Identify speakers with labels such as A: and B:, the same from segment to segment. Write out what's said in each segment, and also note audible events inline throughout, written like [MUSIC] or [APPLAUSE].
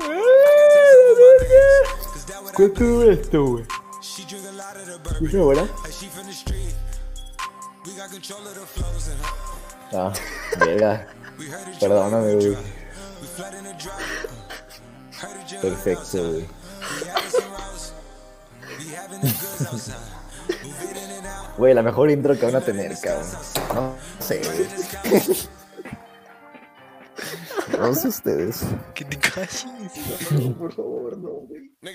A: Ah,
B: ¿Cuánto dura esto, güey? ¿Una hora?
A: Ah, verga. Perdóname, güey. Perfecto, güey. Güey, la mejor intro que van a tener, cabrón. No sé, güey. No sé ustedes.
C: Que te calles. [LAUGHS]
A: Por favor, no, güey.
C: Mm.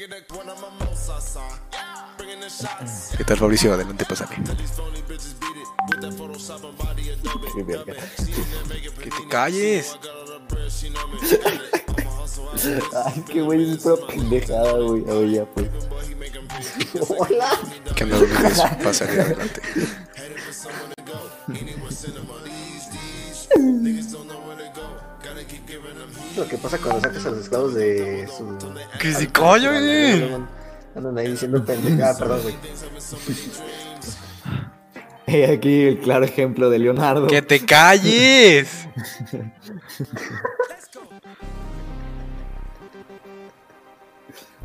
C: ¿Qué tal, Fabricio? Adelante, pásame.
A: Qué verga.
C: Que te calles.
A: Ay, qué güey, es pura pendejada, güey. Oye, ya, pues. Hola.
C: Que no olvides pasar adelante.
D: Lo que pasa cuando sacas a los esclavos de su.
C: Que se calle, güey.
D: Andan- Andan ahí diciendo
C: [LAUGHS]
D: pendejada, perdón,
A: [LAUGHS]
D: güey.
A: He aquí el claro ejemplo de Leonardo.
C: [LAUGHS] Que te calles.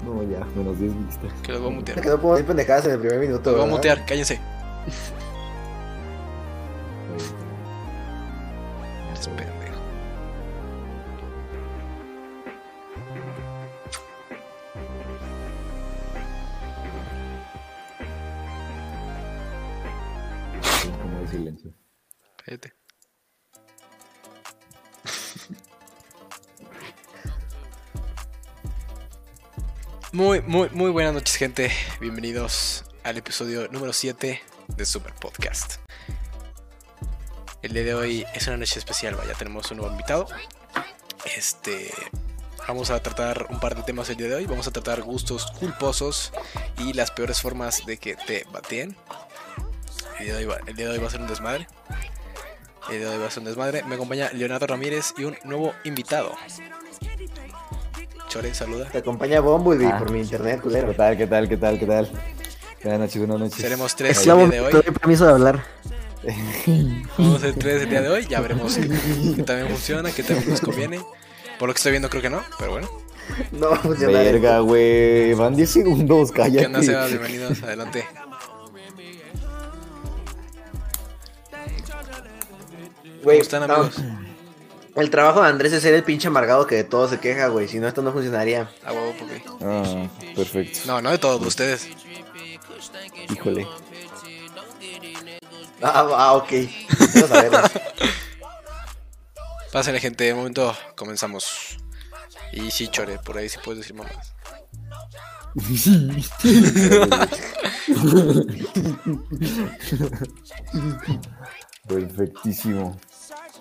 A: No, ya, menos 10 vistas.
C: Que los voy a mutear.
D: Se quedó por ahí pendejadas en el primer minuto.
C: Los voy a
D: ¿verdad?
C: mutear, [LAUGHS] cállense. Eres Este pendejo.
A: Sí, Como de silencio.
C: Cállate. Muy, muy, muy buenas noches, gente. Bienvenidos al episodio número 7 de Super Podcast. El día de hoy es una noche especial, vaya, tenemos un nuevo invitado. Este. Vamos a tratar un par de temas el día de hoy. Vamos a tratar gustos culposos y las peores formas de que te bateen. El día de hoy va- el día de hoy va a ser un desmadre. El día de hoy va a ser un desmadre. Me acompaña Leonardo Ramírez y un nuevo invitado. Chore, saluda.
D: Te acompaña Bumblebee
A: Ah.
D: por mi internet, culero.
A: ¿Qué tal, qué tal, qué tal, qué tal? Buenas noches, buenas noches.
C: Seremos tres Pues, el día de hoy.
D: permiso de hablar.
C: Vamos a ser tres el día de hoy. Ya veremos que también funciona, que también nos conviene. Por lo que estoy viendo, creo que no, pero bueno.
D: No pues, va a funcionar.
A: Verga, güey. Van 10 segundos, cállate.
C: ¿Qué onda, Sebas? Bienvenidos, adelante.
D: Güey,
C: ¿Cómo están,
D: no.
C: amigos?
D: El trabajo de Andrés es ser el pinche amargado que de todo se queja, güey. Si no, esto no funcionaría.
C: A huevo, papi.
A: Ah, perfecto.
C: No, no de todos de ustedes.
A: Híjole.
D: Ah, ah ok. Quiero saberlo.
C: Pásenle, gente. De momento comenzamos. Y sí, Chore, por ahí sí puedes decir mamás.
A: [LAUGHS] Perfectísimo.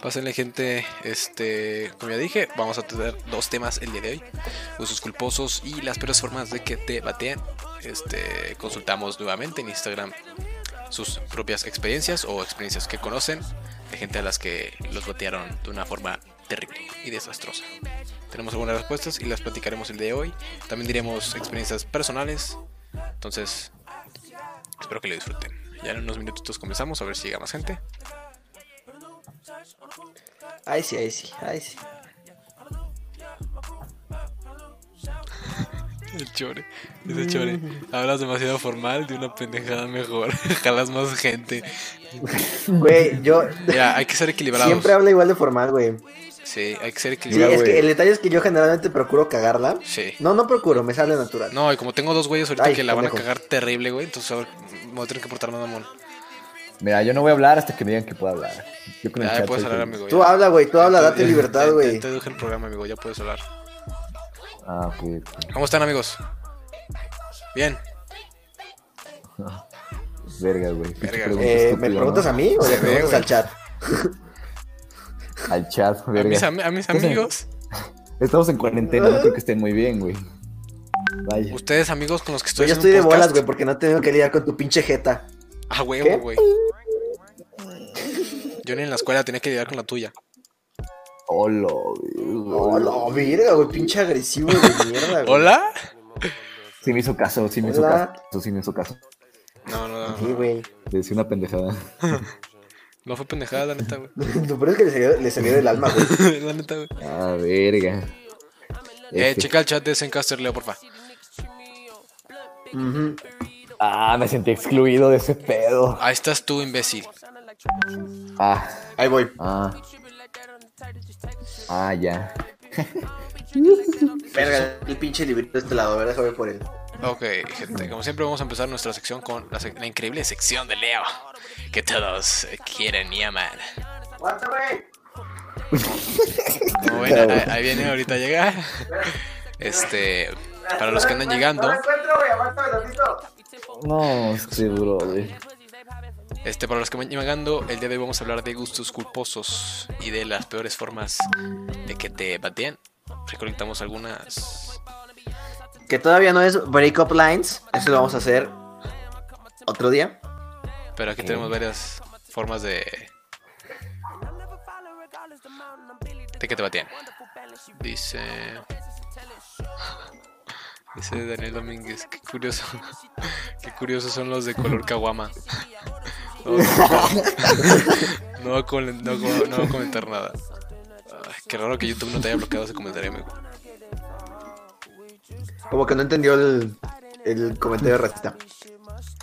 C: Pásenle gente, este, como ya dije, vamos a tener dos temas el día de hoy. Usos culposos y las peores formas de que te batean. Este, consultamos nuevamente en Instagram sus propias experiencias o experiencias que conocen de gente a las que los batearon de una forma terrible y desastrosa. Tenemos algunas respuestas y las platicaremos el día de hoy. También diremos experiencias personales. Entonces, espero que lo disfruten. Ya en unos minutitos comenzamos a ver si llega más gente.
D: Ay, sí, ay, sí, ay, sí.
C: El chore, ese chore. Hablas demasiado formal, de una pendejada mejor. [LAUGHS] Jalas más gente.
D: Güey, yo
C: Mira, hay que ser equilibrados.
D: siempre hablo igual de formal, güey.
C: Sí, hay que ser
D: Sí,
C: equilibrados.
D: es
A: güey.
D: que el detalle es que yo generalmente procuro cagarla.
C: Sí.
D: No, no procuro, me sale natural.
C: No, y como tengo dos güeyes ahorita
D: Ay,
C: que la van a
D: pendejo.
C: cagar terrible, güey, entonces a ver, me voy a tener que portar más mamón.
A: Mira, yo no voy a hablar hasta que me digan que pueda hablar. Yo con el
C: Ya,
A: chat
C: Ah, puedes
A: soy
C: hablar,
A: feliz.
C: amigo.
D: Tú
C: ya.
D: habla, güey, tú habla,
C: Ya te-
D: date
C: ya-
D: libertad,
C: ya-
D: güey.
C: ya Te dejo el programa, amigo, ya puedes hablar.
A: Ah, ok. ok.
C: ¿Cómo están, amigos? Bien.
A: Verga, güey. Pinche
C: Verga,
A: pregunta
D: Eh, ¿Me
A: estúpida,
D: preguntas
A: ¿no?
D: a mí o
C: Se
D: le
C: ve,
D: preguntas
C: güey.
D: al chat? Pues
A: Al chat,
C: A
A: verga.
C: mis, ami- a Ah. mis
A: Entonces,
C: amigos,
A: Estamos en cuarentena, no creo que estén muy bien, güey. Vaya.
C: ustedes, amigos con los que estoy
D: Güey, Pues
C: haciendo
D: yo estoy de
C: un podcast.
D: bolas, güey, porque no tengo que lidiar con tu pinche jeta.
C: A
D: ¿Qué?
C: huevo, güey. Yo ni en la escuela tenía que lidiar con la tuya.
A: Hola,
D: No,
A: güey.
D: no, verga, güey, pinche agresivo de mierda, güey.
C: ¿Hola?
A: Sí me hizo caso, sí me hizo
D: Hola.
A: caso, sí me hizo caso.
C: No, no, no.
D: Sí, güey. [LAUGHS]
A: Decía una pendejada.
C: No fue pendejada, la neta, güey. [LAUGHS]
D: Lo peor es que le salió, le salió del alma, güey.
C: la neta, güey.
A: Ah, verga.
C: Eh,
A: Este-
C: checa el chat de Zencaster, Leo, porfa.
D: [LAUGHS] Ujú.
A: Ah, me sentí excluido de ese pedo.
C: Ahí estás tú, imbécil.
A: Ah,
D: Ahí voy.
A: ah. Ah, ya.
D: Verga, el pinche librito de este lado, a ver, déjame por él.
C: Ok, gente, como siempre vamos a empezar nuestra sección con la, sec- la increíble sección de Leo. Que todos quieren y aman. Como ven, ahí, ahí viene ahorita a llegar. [LAUGHS] Este, para los que andan llegando,
A: No, sí, bro. güey.
C: este, para los que van llegando, el día de hoy vamos a hablar de gustos culposos y de las peores formas de que te batean. Recolectamos algunas.
D: Que todavía no es Break Up Lines. Eso lo vamos a hacer otro día.
C: Pero aquí tenemos varias formas de. de que te batean. Dice. Dice Daniel Domínguez, qué curioso. [LAUGHS] Qué curiosos son los de color caguama. [LAUGHS] No, voy a- no voy a comen- no voy a- no voy a comentar nada. Ay, qué raro que YouTube no te haya bloqueado ese comentario, amigo.
D: Como que no entendió el, el comentario racista.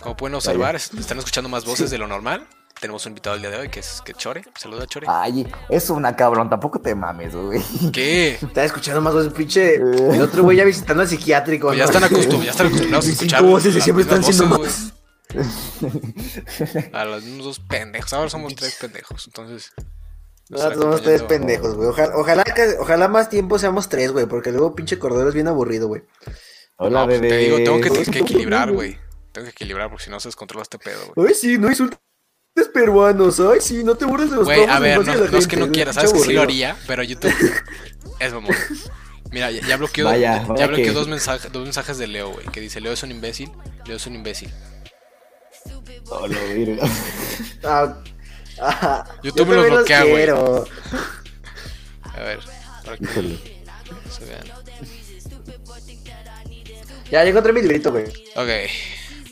C: Como pueden observar, es- están escuchando más voces de lo normal. Tenemos un invitado el día de hoy que es que Chore. Saluda, Chore.
A: Ay, es una cabrón, tampoco te mames, güey.
C: ¿Qué?
D: Estaba escuchando más voces, pinche. El otro güey ya visitando al psiquiátrico.
C: Pues ya
D: ¿no? [LAUGHS]
C: están acostumbrados, ya están acostumbrados a
D: Cinco
C: escuchar.
D: voces y
C: las
D: siempre
C: mismas
D: están
C: voces, güey. A los mismos dos pendejos. Ahora somos tres pendejos. Entonces.
D: No,
C: nos están
D: somos tres
C: acompañando.
D: pendejos, güey. Ojalá, ojalá, que- ojalá más tiempo seamos tres, güey. Porque luego pinche cordero es bien aburrido, güey.
A: Hola,
C: No, pues
A: bebé.
C: Te digo, tengo que, que
D: [LAUGHS]
C: equilibrar, güey. Tengo que equilibrar porque si no se descontrola este pedo, güey.
D: Ay, sí, no insultes peruanos. Ay, sí, no te burles de los
C: Güey, a
D: traumas de
C: ver, no,
D: infancia de la
C: no es que
D: gente,
C: no quiera,
D: pinche
C: sabes que sí lo
D: aburrido.
C: haría, pero YouTube [LAUGHS] es mamón. Mira, ya, ya bloqueó,
A: Vaya,
C: ya
A: vaya
C: bloqueó
A: que-
C: dos, mensajes, dos mensajes de Leo, güey, que dice, Leo es un imbécil, Leo es un imbécil.
A: Hola, Oh, verga.
D: Ah, ah,
C: YouTube
D: yo
C: me lo
D: también
C: bloquea, güey.
D: quiero.
C: A ver, para que
A: Híjole.
C: se vean.
D: Ya, ya encontré mi librito, güey.
C: Ok.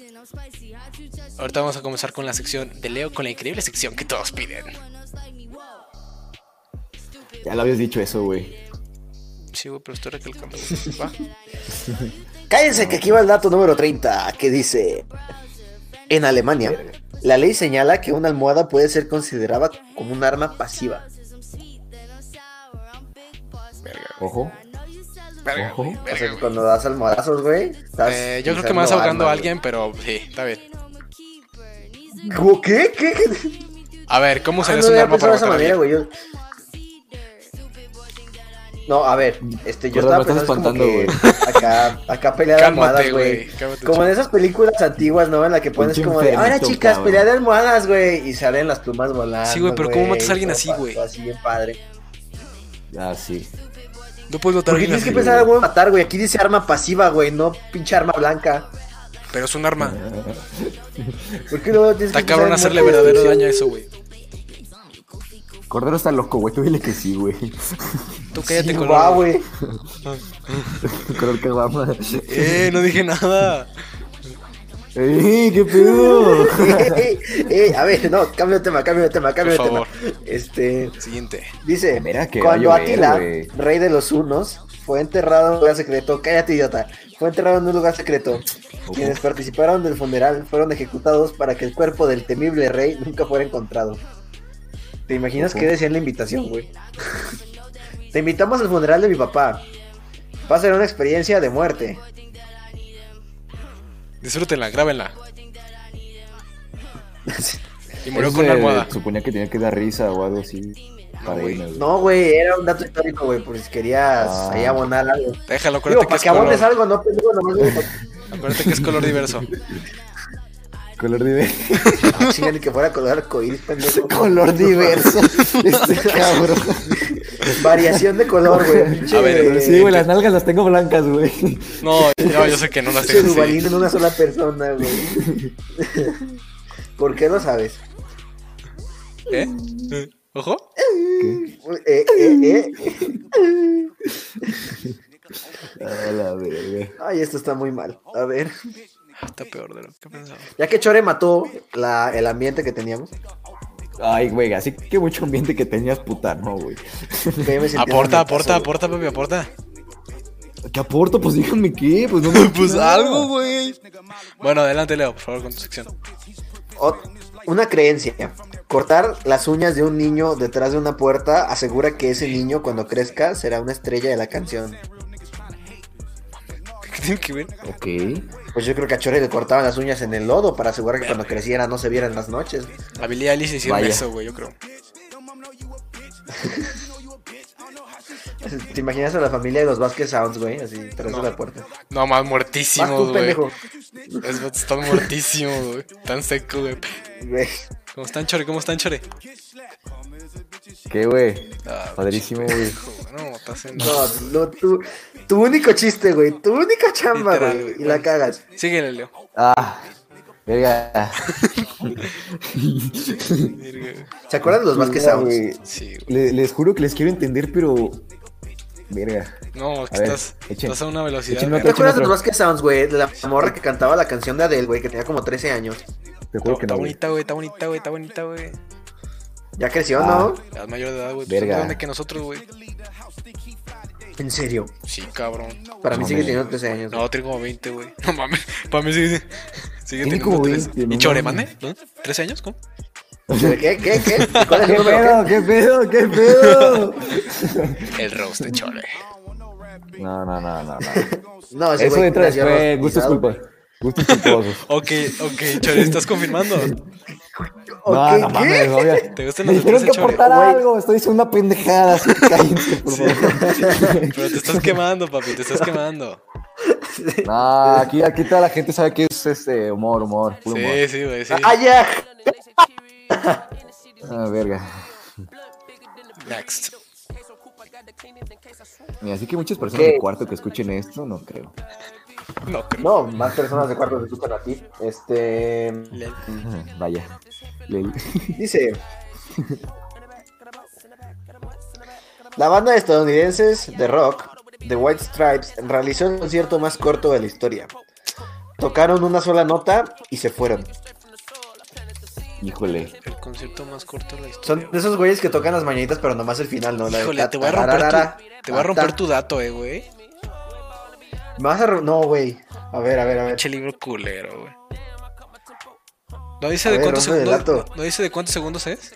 C: Ahorita vamos a comenzar con la sección de Leo, con la increíble sección que todos piden.
A: Ya lo habías dicho eso, güey.
C: Sí, güey, pero estoy recalcando. güey. Va.
D: Cállense que aquí va el dato número 30, que dice... En Alemania, la ley señala que una almohada puede ser considerada como un arma pasiva.
C: Verga,
A: Ojo.
C: verga,
A: Ojo.
C: güey,
D: O
C: verga,
D: sea, que
C: güey.
D: cuando das almohadazos, güey... estás ah,
C: Eh, yo creo que
D: usando
C: me vas ahogando a
D: arma,
C: alguien, pero sí, está bien.
D: güey. ¿Cómo ¿Qué? ¿Qué? ¿Qué?
C: A ver, ¿cómo
D: Ah,
C: se
D: no
C: un
D: había
C: arma para
D: pensado de esa
C: matar a
D: manera,
C: alguien?
D: güey. yo- No, a ver, este, yo
A: Perdón,
D: estaba
A: me estás
D: pensando como
A: espantando,
D: que acá, acá pelea de
C: Cálmate,
D: almohadas,
C: güey,
D: güey.
C: cálmate,
D: Como en esas películas antiguas, ¿no? En la que pones
A: Pinche
D: como de, ahora
A: enfermito,
D: chicas,
A: cabrón".
D: pelea de almohadas, güey. Y salen las plumas volando.
C: Sí, güey, pero ¿cómo matas a alguien
D: todo
C: así,
D: pa-
C: güey?
D: todo Así bien padre.
A: Ah, sí.
C: No puedes matar a
D: Porque
C: alguien
D: tienes que
C: así,
D: pensar algo de matar, güey. Aquí dice arma pasiva, güey, no pinche arma blanca.
C: pero es un
D: [LAUGHS]
C: arma.
D: ¿Por qué luego tienes
C: Está
D: que pensar
C: cabrón
D: en
C: hacerle
D: muerte?
C: verdadero daño a eso, güey.
A: Cordero está loco, güey. Tú dile que sí, güey. [LAUGHS]
C: Tú
D: Sí,
C: cállate,
D: va,
C: color.
D: güey.
A: Creo que vamos.
C: Eh, no dije nada.
A: ¡Ey, qué
D: [LAUGHS]
A: pedo!
D: Ey, ey, Eh, a ver, no, cambio de tema, cambio de tema, cambio
C: Por
D: de tema.
C: favor.
D: Este.
C: Siguiente.
D: Dice,
A: Ah, Mira que
D: cuando
A: va a llover,
D: Atila,
A: güey.
D: rey de los hunos, fue enterrado en un lugar secreto, cállate idiota, fue enterrado en un lugar secreto. Quienes participaron del funeral fueron ejecutados para que el cuerpo del temible rey nunca fuera encontrado. ¿Te imaginas
A: Ujú.
D: qué decía en la invitación, güey? Te invitamos al funeral de mi papá. Va a ser una experiencia de muerte.
C: Disfrútenla,
D: [LAUGHS]
C: grábenla. Y murió
A: Eso
C: con una
A: se
C: almohada.
A: Suponía que tenía que dar risa o algo así. Para
C: güey.
A: irme, güey.
D: No, güey, era un dato histórico, güey, por si querías
A: Ah.
D: ahí abonar algo.
C: Déjalo,
D: Digo,
C: acuérdate que
D: para
C: es
D: que abones
C: color.
D: algo, no
C: [LAUGHS]
D: pendejo, nomás güey.
C: Acuérdate que es color diverso.
A: Color de
D: Ah, chinga, ni que fuera color arcoíris,
A: [LAUGHS]
D: pendejo. [LAUGHS]
A: Color diverso. [LAUGHS] Este cabrón.
D: Variación de
A: [LAUGHS]
D: color, güey. Pinche-
C: A ver,
A: Sí, güey, las nalgas las tengo blancas, güey.
C: No, no, yo sé que no las
D: pinche
C: tengo
D: Dubalín
C: así.
D: en una sola persona, güey. ¿Por qué lo sabes?
C: ¿Eh? ¿Eh? ¿Ojo?
D: Eh, eh, eh.
A: A la verga.
D: Ay, esto está muy mal. A ver.
C: Está peor de lo que pensaba.
D: Ya que Chore mató la, el ambiente que teníamos.
A: Ay, güey, así que mucho ambiente que tenías, puta, no, güey.
D: Yo me sentía en mi
C: Aporta,
D: casa,
C: aporta,
D: güey.
C: aporta, papi, aporta.
A: ¿Qué aporto? Pues díganme qué, pues
C: [LAUGHS]
A: no me
C: Pues algo, güey. Bueno, adelante, Leo, por favor, con tu sección. [LAUGHS]
D: Ot- una creencia. Cortar las uñas de un niño detrás de una puerta asegura que ese niño cuando crezca será una estrella de la canción.
C: ¿Qué tiene que ver?
A: Ok.
D: Pues yo creo que a Chore le cortaban las uñas en el lodo para asegurar que cuando creciera no se vieran las noches.
C: La Billie Eilish hicieron
A: Vaya.
C: eso, güey, yo creo.
D: ¿Te imaginas a la familia de los Vázquez Sounds, güey? Así detrás
C: No.
D: de la puerta.
C: No, más
D: Vas
C: muertísimos,
D: tú,
C: güey.
D: pendejo.
C: Es- Están muertísimos, güey. Están secos, güey.
D: Güey.
C: ¿Cómo están, Chore? ¿Cómo están, Chore?
A: ¿Qué, güey?
C: Ah,
A: Padrísimo, güey.
C: chico, No, estás en...
D: No, no, tu, tu único chiste, güey. Tu única chamba,
C: Literal,
D: güey.
C: güey.
D: Y la cagas.
C: Síguele, Leo.
A: Ah, verga.
D: ¿Se acuerdan de los Vázquez
A: Mira,
D: Sounds?
A: güey,
C: Sí, güey.
A: le- les juro que les quiero entender, pero. Verga.
C: No, es que
A: A ver,
C: estás,
A: echen.
C: estás a una velocidad.
A: Echen otra.
D: ¿Te acuerdas de
A: otro.
D: los Vázquez Sounds, güey? De la morra que cantaba la canción de Adele, güey, que tenía como 13 años.
A: Te
C: Está,
A: juro que
C: está
A: no. güey.
C: bonita, güey, está bonita, güey, está bonita, güey.
D: Ya creció,
A: Ah.
D: ¿no?
C: Es mayor de edad, güey.
A: Verga.
C: Verga. grande que nosotros, güey.
D: En serio.
C: Sí, cabrón.
D: Para
A: No
D: mí sigue
A: mames.
D: teniendo 13 años. güey.
C: No, tiene como 20, güey. [LAUGHS] No mames. Para mí sigue.
A: Tiene
C: Sigue teniendo
A: como
C: 13.
A: 20, no
C: ¿Y Chore,
A: mames.
C: mande? ¿No? ¿13 años? ¿Cómo?
D: ¿Qué? ¿Qué? ¿Qué? ¿Cuál
A: [LAUGHS]
D: es
A: ¿Qué
D: el número?
A: pedo? ¿Qué pedo? ¿Qué pedo?
C: El roast
A: [LAUGHS]
C: de Chore.
A: No, no, no, no. no.
D: ¿Qué? No, ese
A: Eso
D: güey
A: entra
D: nació
A: después. Gustos
D: bautizado.
A: culpa. Gustos culposos.
C: Ok, ok, Chore, ¿estás confirmando?
D: [LAUGHS] Ok,
A: No, no
D: ¿qué?
A: mames,
D: [LAUGHS]
A: obvia.
C: ¿Te gustan
A: Me
C: los
A: dijeron
C: detalles,
A: que
C: Chore?
A: aportara
D: Güey.
A: algo. Estoy diciendo una pendejada.
D: [LAUGHS]
A: así que Cállense, por
C: Sí.
A: favor.
C: Pero te estás quemando, papi, te estás quemando.
A: No, aquí, aquí toda la gente sabe que es este humor, humor, [LAUGHS] puro
C: Sí,
A: humor.
C: sí, güey, sí.
D: Ah, ya.
A: Ah, verga.
C: Next.
A: Mira, así que muchas personas
D: Ok.
A: de cuarto que escuchen esto, no creo.
C: No, creo.
D: No, más personas de cuarto se escuchan a ti. Este.
C: Le-
A: Ah, [LAUGHS] Vaya. Lel.
D: Dice. La banda de estadounidenses de rock, The White Stripes, realizó el concierto más corto de la historia. Tocaron una sola nota y se fueron.
A: Híjole.
C: El concierto más corto de la historia.
D: Son de esos güeyes que tocan las mañanitas, pero nomás el final, ¿no? La de
C: Híjole,
D: ta-
C: te voy a romper
D: tararara,
C: tu, te voy a romper
D: ta-
C: tu dato, eh, güey.
D: Me vas a ro- No, güey. A ver, a ver, a ver.
C: Pinche libro culero, güey. No dice
D: A
C: de
D: ver,
C: cuántos
D: rompe el
C: segundos. No,
D: dato.
C: no dice de cuántos segundos es.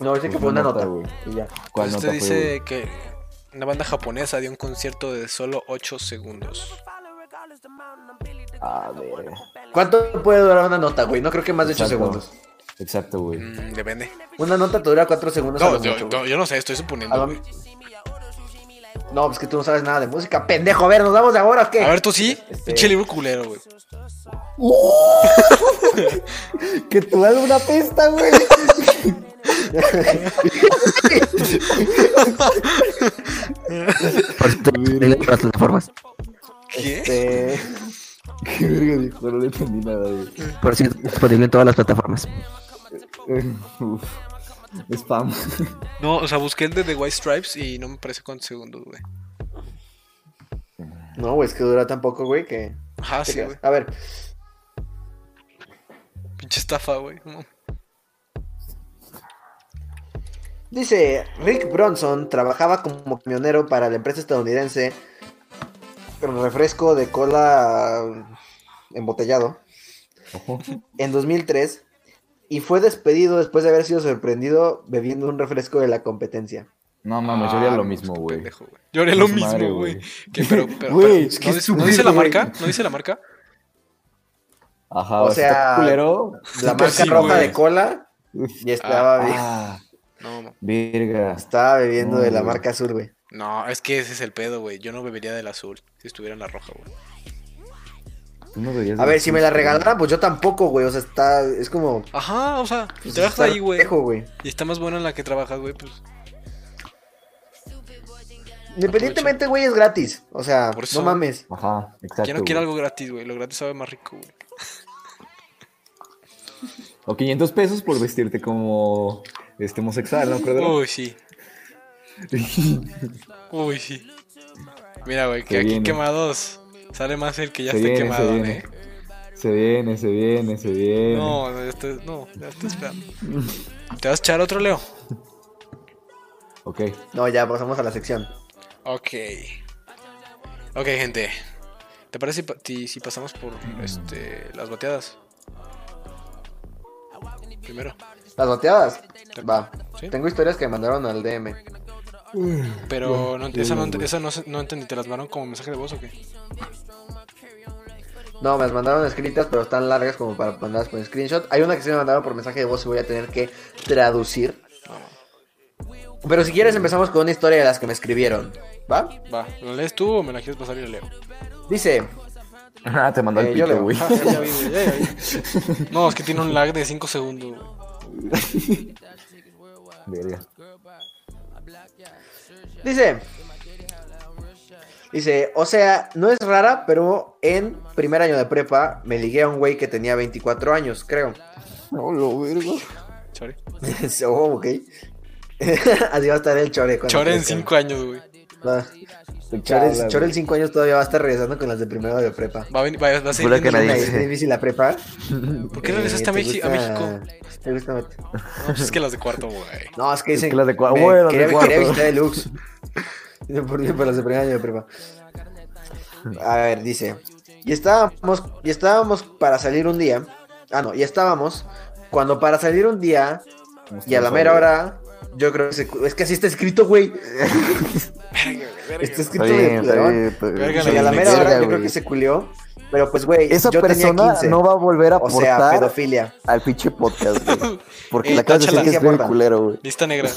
D: No, dice que
A: Pues
D: fue una
A: una
D: nota.
A: nota, güey.
D: Y ya.
A: ¿Cuál
C: Pues
A: nota
C: usted
A: fue?
C: dice
A: güey?
C: que una banda japonesa dio un concierto de solo 8 segundos.
A: Ah, verga.
D: ¿Cuánto puede durar una nota, güey? No creo que más de 8
A: Exacto.
D: segundos.
A: Exacto, güey.
C: Mm, depende.
D: Una nota te dura 4 segundos. a
C: No,
D: lo
C: yo,
D: mucho, güey.
C: no, yo no sé, estoy
D: A
C: suponiendo.
D: lo-
C: güey.
D: No, pues que tú no sabes nada de música, pendejo. A ver, ¿nos vamos de ahora o qué?
C: A ver, tú sí.
D: Este-
C: Pinche libro culero, güey.
A: Que te va a dar una pesta, güey. [LAUGHS]
D: plataformas.
C: ¿Qué?
D: Este,
A: Qué verga dijo, no le entendí nada, güey.
D: por cierto, disponible en todas las plataformas.
A: Uf.
D: [LAUGHS]
A: Spam.
C: No, o sea, busqué el de The White Stripes y no me parece cuántos segundos, güey.
D: No, güey, es que dura tan poco, güey, que.
C: Ajá, Ah, sí, güey.
D: a ver,
C: Pinche estafa, güey. No.
D: dice Rick Bronson trabajaba como camionero para la empresa estadounidense con refresco de cola eh, embotellado
A: Ojo.
D: en 2003 y fue despedido después de haber sido sorprendido bebiendo un refresco de la competencia.
A: No mames, yo haría lo mismo,
C: qué
A: güey.
C: Ah, pendejo, güey. Yo haría lo
A: Su
C: mismo,
A: madre,
C: güey.
A: güey.
C: Que, Pero, pero,
A: Güey,
C: pero-
A: es que
C: ¿no, dice- no dice
A: estúpido,
C: la
A: güey.
C: marca? ¿No dice la marca?
A: Ajá,
D: O
A: o sea,
D: sea,
A: está culero.
D: La
A: Sí,
D: marca
C: sí,
D: roja
C: güey.
D: de cola y estaba, be-
A: Ah,
C: No, no.
A: verga.
D: estaba bebiendo de la
A: Mm.
D: marca azul, güey.
C: No, es que ese es el pedo, güey. Yo no bebería del azul si estuviera en la roja, güey.
A: Tú no deberías
D: A
A: de-
D: ver, si me la regalaran, pues yo tampoco, güey. O sea, está. Es como.
C: Ajá, o sea,
D: pues,
C: trabajas
D: está
C: ahí, güey.
D: pendejo, güey.
C: Y está más buena en la que trabajas, güey, pues.
D: Independientemente, güey, es gratis. O sea,
C: Por eso.
D: no mames.
A: Ajá, exacto.
C: ¿Quién no
A: güey.
C: quiere algo gratis, güey? Lo gratis sabe más rico, güey.
A: O 500 pesos por vestirte como este homosexual, ¿no, Cordero? [LAUGHS]
C: Uy, sí. Uy, sí. Mira, güey, que
A: Se
C: aquí
A: viene.
C: quemados sale más el que ya
A: Se
C: está
A: viene, se
C: quemado,
A: viene.
C: ¿eh?
A: Se viene, se viene, se viene.
C: No, no, ya estoy, no, ya
A: [LAUGHS]
C: estoy esperando. ¿Te vas a echar otro, Leo?
A: Ok.
D: No, ya pasamos a la sección.
C: Ok. Ok, gente. ¿Te parece si pa- ti- si pasamos por este, las bateadas? Primero.
D: Las bateadas. Va.
C: Sí.
D: Tengo historias que me mandaron al DM.
C: Pero no,
A: ya,
C: esa, no,
A: güey.
C: esa no, se- no entendí, ¿te las mandaron como mensaje de voz o qué?
D: No, me las mandaron escritas, pero están largas como para mandarlas por screenshot. Hay una que se me mandaron por mensaje de voz y voy a tener que traducir.
C: No, no.
D: Pero si quieres empezamos con una historia de las que me escribieron. ¿Va?
C: Va, ¿la lees tú o me la quieres pasar y la leo?
D: Dice,
A: Ah, te mandó
D: Eh,
A: el
D: yo
A: pico,
D: leo.
A: güey.
C: Ah, ya, ya vi, güey, ya, ya vi. [LAUGHS] No, es que tiene un lag de 5 segundos. güey.
A: [LAUGHS] Verga.
D: dice. Dice, o sea, no es rara, pero en primer año de prepa me ligué a un güey que tenía 24 años, creo.
A: No, lo verga.
C: Chore.
D: [LAUGHS] oh, ok. Así va a estar el chore. cuando
C: Chore en
D: crezca.
C: 5 años, güey.
D: Va. Chore, Chore en 5 años todavía va a estar regresando con las de primero de prepa.
C: Va a venir, va, va a seguir.
A: Jura que
C: viendo-
A: nadie-
D: Es difícil la prepa.
C: ¿Por qué regresaste a,
D: Eh, ¿te
C: México, a
D: gusta-
C: México?
D: te gusta-
C: No, pues es que las de cuarto,
D: [LAUGHS]
C: güey.
D: No, es que
A: Es
D: dicen
A: que las de cua-
D: me-
A: bueno, las
D: quería,
A: de cuarto.
D: quería visitar el Lux. [LAUGHS] Dice, por Dios, para las de primer año de prepa. A ver, dice. Y estábamos, y estábamos para salir un día. Ah, no, y estábamos. Cuando para salir un día, y a la mera hora, yo creo que se- es que así está escrito, güey. está
A: Está
D: escrito de
A: bien, está
D: culerón.
A: bien, pues, está bien.
C: Verga,
D: Y a la mera
A: Verga,
D: hora yo creo
A: güey.
D: que se culió. Pero pues, güey,
A: Esa
D: yo tenía
A: persona
D: 15.
A: no va a volver a
D: o sea,
A: aportar
D: pedofilia.
A: al pinche podcast,
D: [LAUGHS]
A: güey. Porque
C: Eh,
A: la acabas de decir
C: táchala.
A: que es bien
D: Aporta.
A: culero, güey.
C: Lista negra.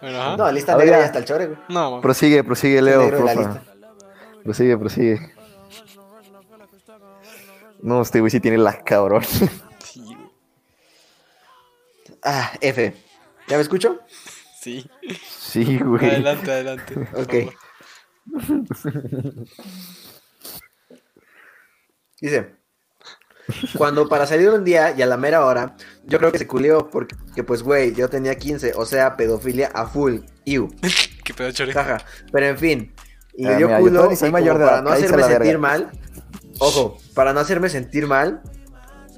C: Bueno,
A: ¿Ah?
C: ajá.
D: No, lista
A: Ahora
D: negra
A: ya.
D: ya está el chore, güey.
C: No, mames.
A: Prosigue, prosigue,
D: El
A: Leo,
D: negro de la
A: porfa.
D: lista.
A: Prosigue, prosigue. No, este güey sí tiene la cabrón. [LAUGHS]
C: Sí, güey.
D: Ah, F. ¿Ya me escucho?
C: Sí.
A: Sí, güey.
C: Adelante, adelante.
A: [LAUGHS]
C: por
D: [LAUGHS] Ok.
C: favor.
D: Dice. Cuando para salir un día y a la mera hora, yo creo que se culió porque que, pues güey, yo tenía 15, o sea, pedofilia a full. Iu,
C: ¿Qué pedo, Chore?
D: jaja. Pero en fin, y le
A: Ah,
D: dio
A: mira, yo
D: culo
A: todavía ni soy
D: y como
A: mayor de
D: para
A: edad,
D: no
A: cállese
D: hacerme
A: la verga.
D: sentir mal. Ojo, para no hacerme sentir mal,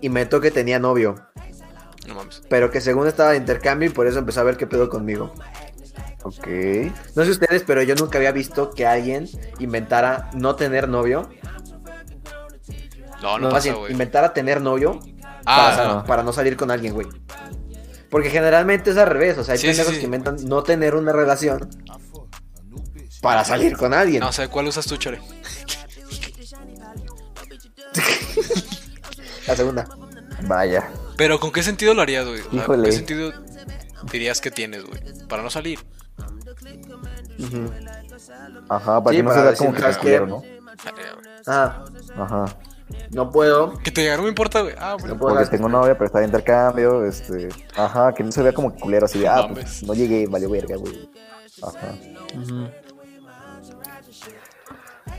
D: inventó que tenía novio,
C: No mames.
D: pero que según estaba de intercambio y por eso empezó a ver qué pedo conmigo.
A: Ok.
D: No sé ustedes, pero yo nunca había visto que alguien inventara no tener novio
C: No, no,
D: No, más
C: pasa,
D: bien,
C: güey.
D: inventara tener novio
C: Ah,
D: para, sa-
A: no.
D: para no salir con alguien, güey. Porque generalmente es al revés, o sea, hay
C: Sí, sí,
D: pendejos
C: sí.
D: que inventan no tener una relación para salir con alguien.
C: No, o sea, ¿cuál usas tú, Chore?
D: La segunda.
A: Vaya.
C: Pero ¿con qué sentido lo harías, güey? O sea, ¿Con
A: Híjole.
C: qué sentido dirías que tienes, güey? Para no salir.
A: Ajá, para
D: Sí,
A: que no
D: para
A: se vea
D: decir,
A: como que
D: ¿sabes
A: es culero,
D: qué?
A: ¿no?
D: Ah,
A: Ajá.
D: no puedo.
C: Que te llegara, no me importa, güey. Ah, bueno. [LAUGHS]
D: No puedo
A: Porque
D: hablar.
A: tengo novia, pero está de intercambio, este... Ajá, que no se vea como que culero, así de, ah,
C: Mames.
A: pues, no llegué, valió verga, güey. Ajá.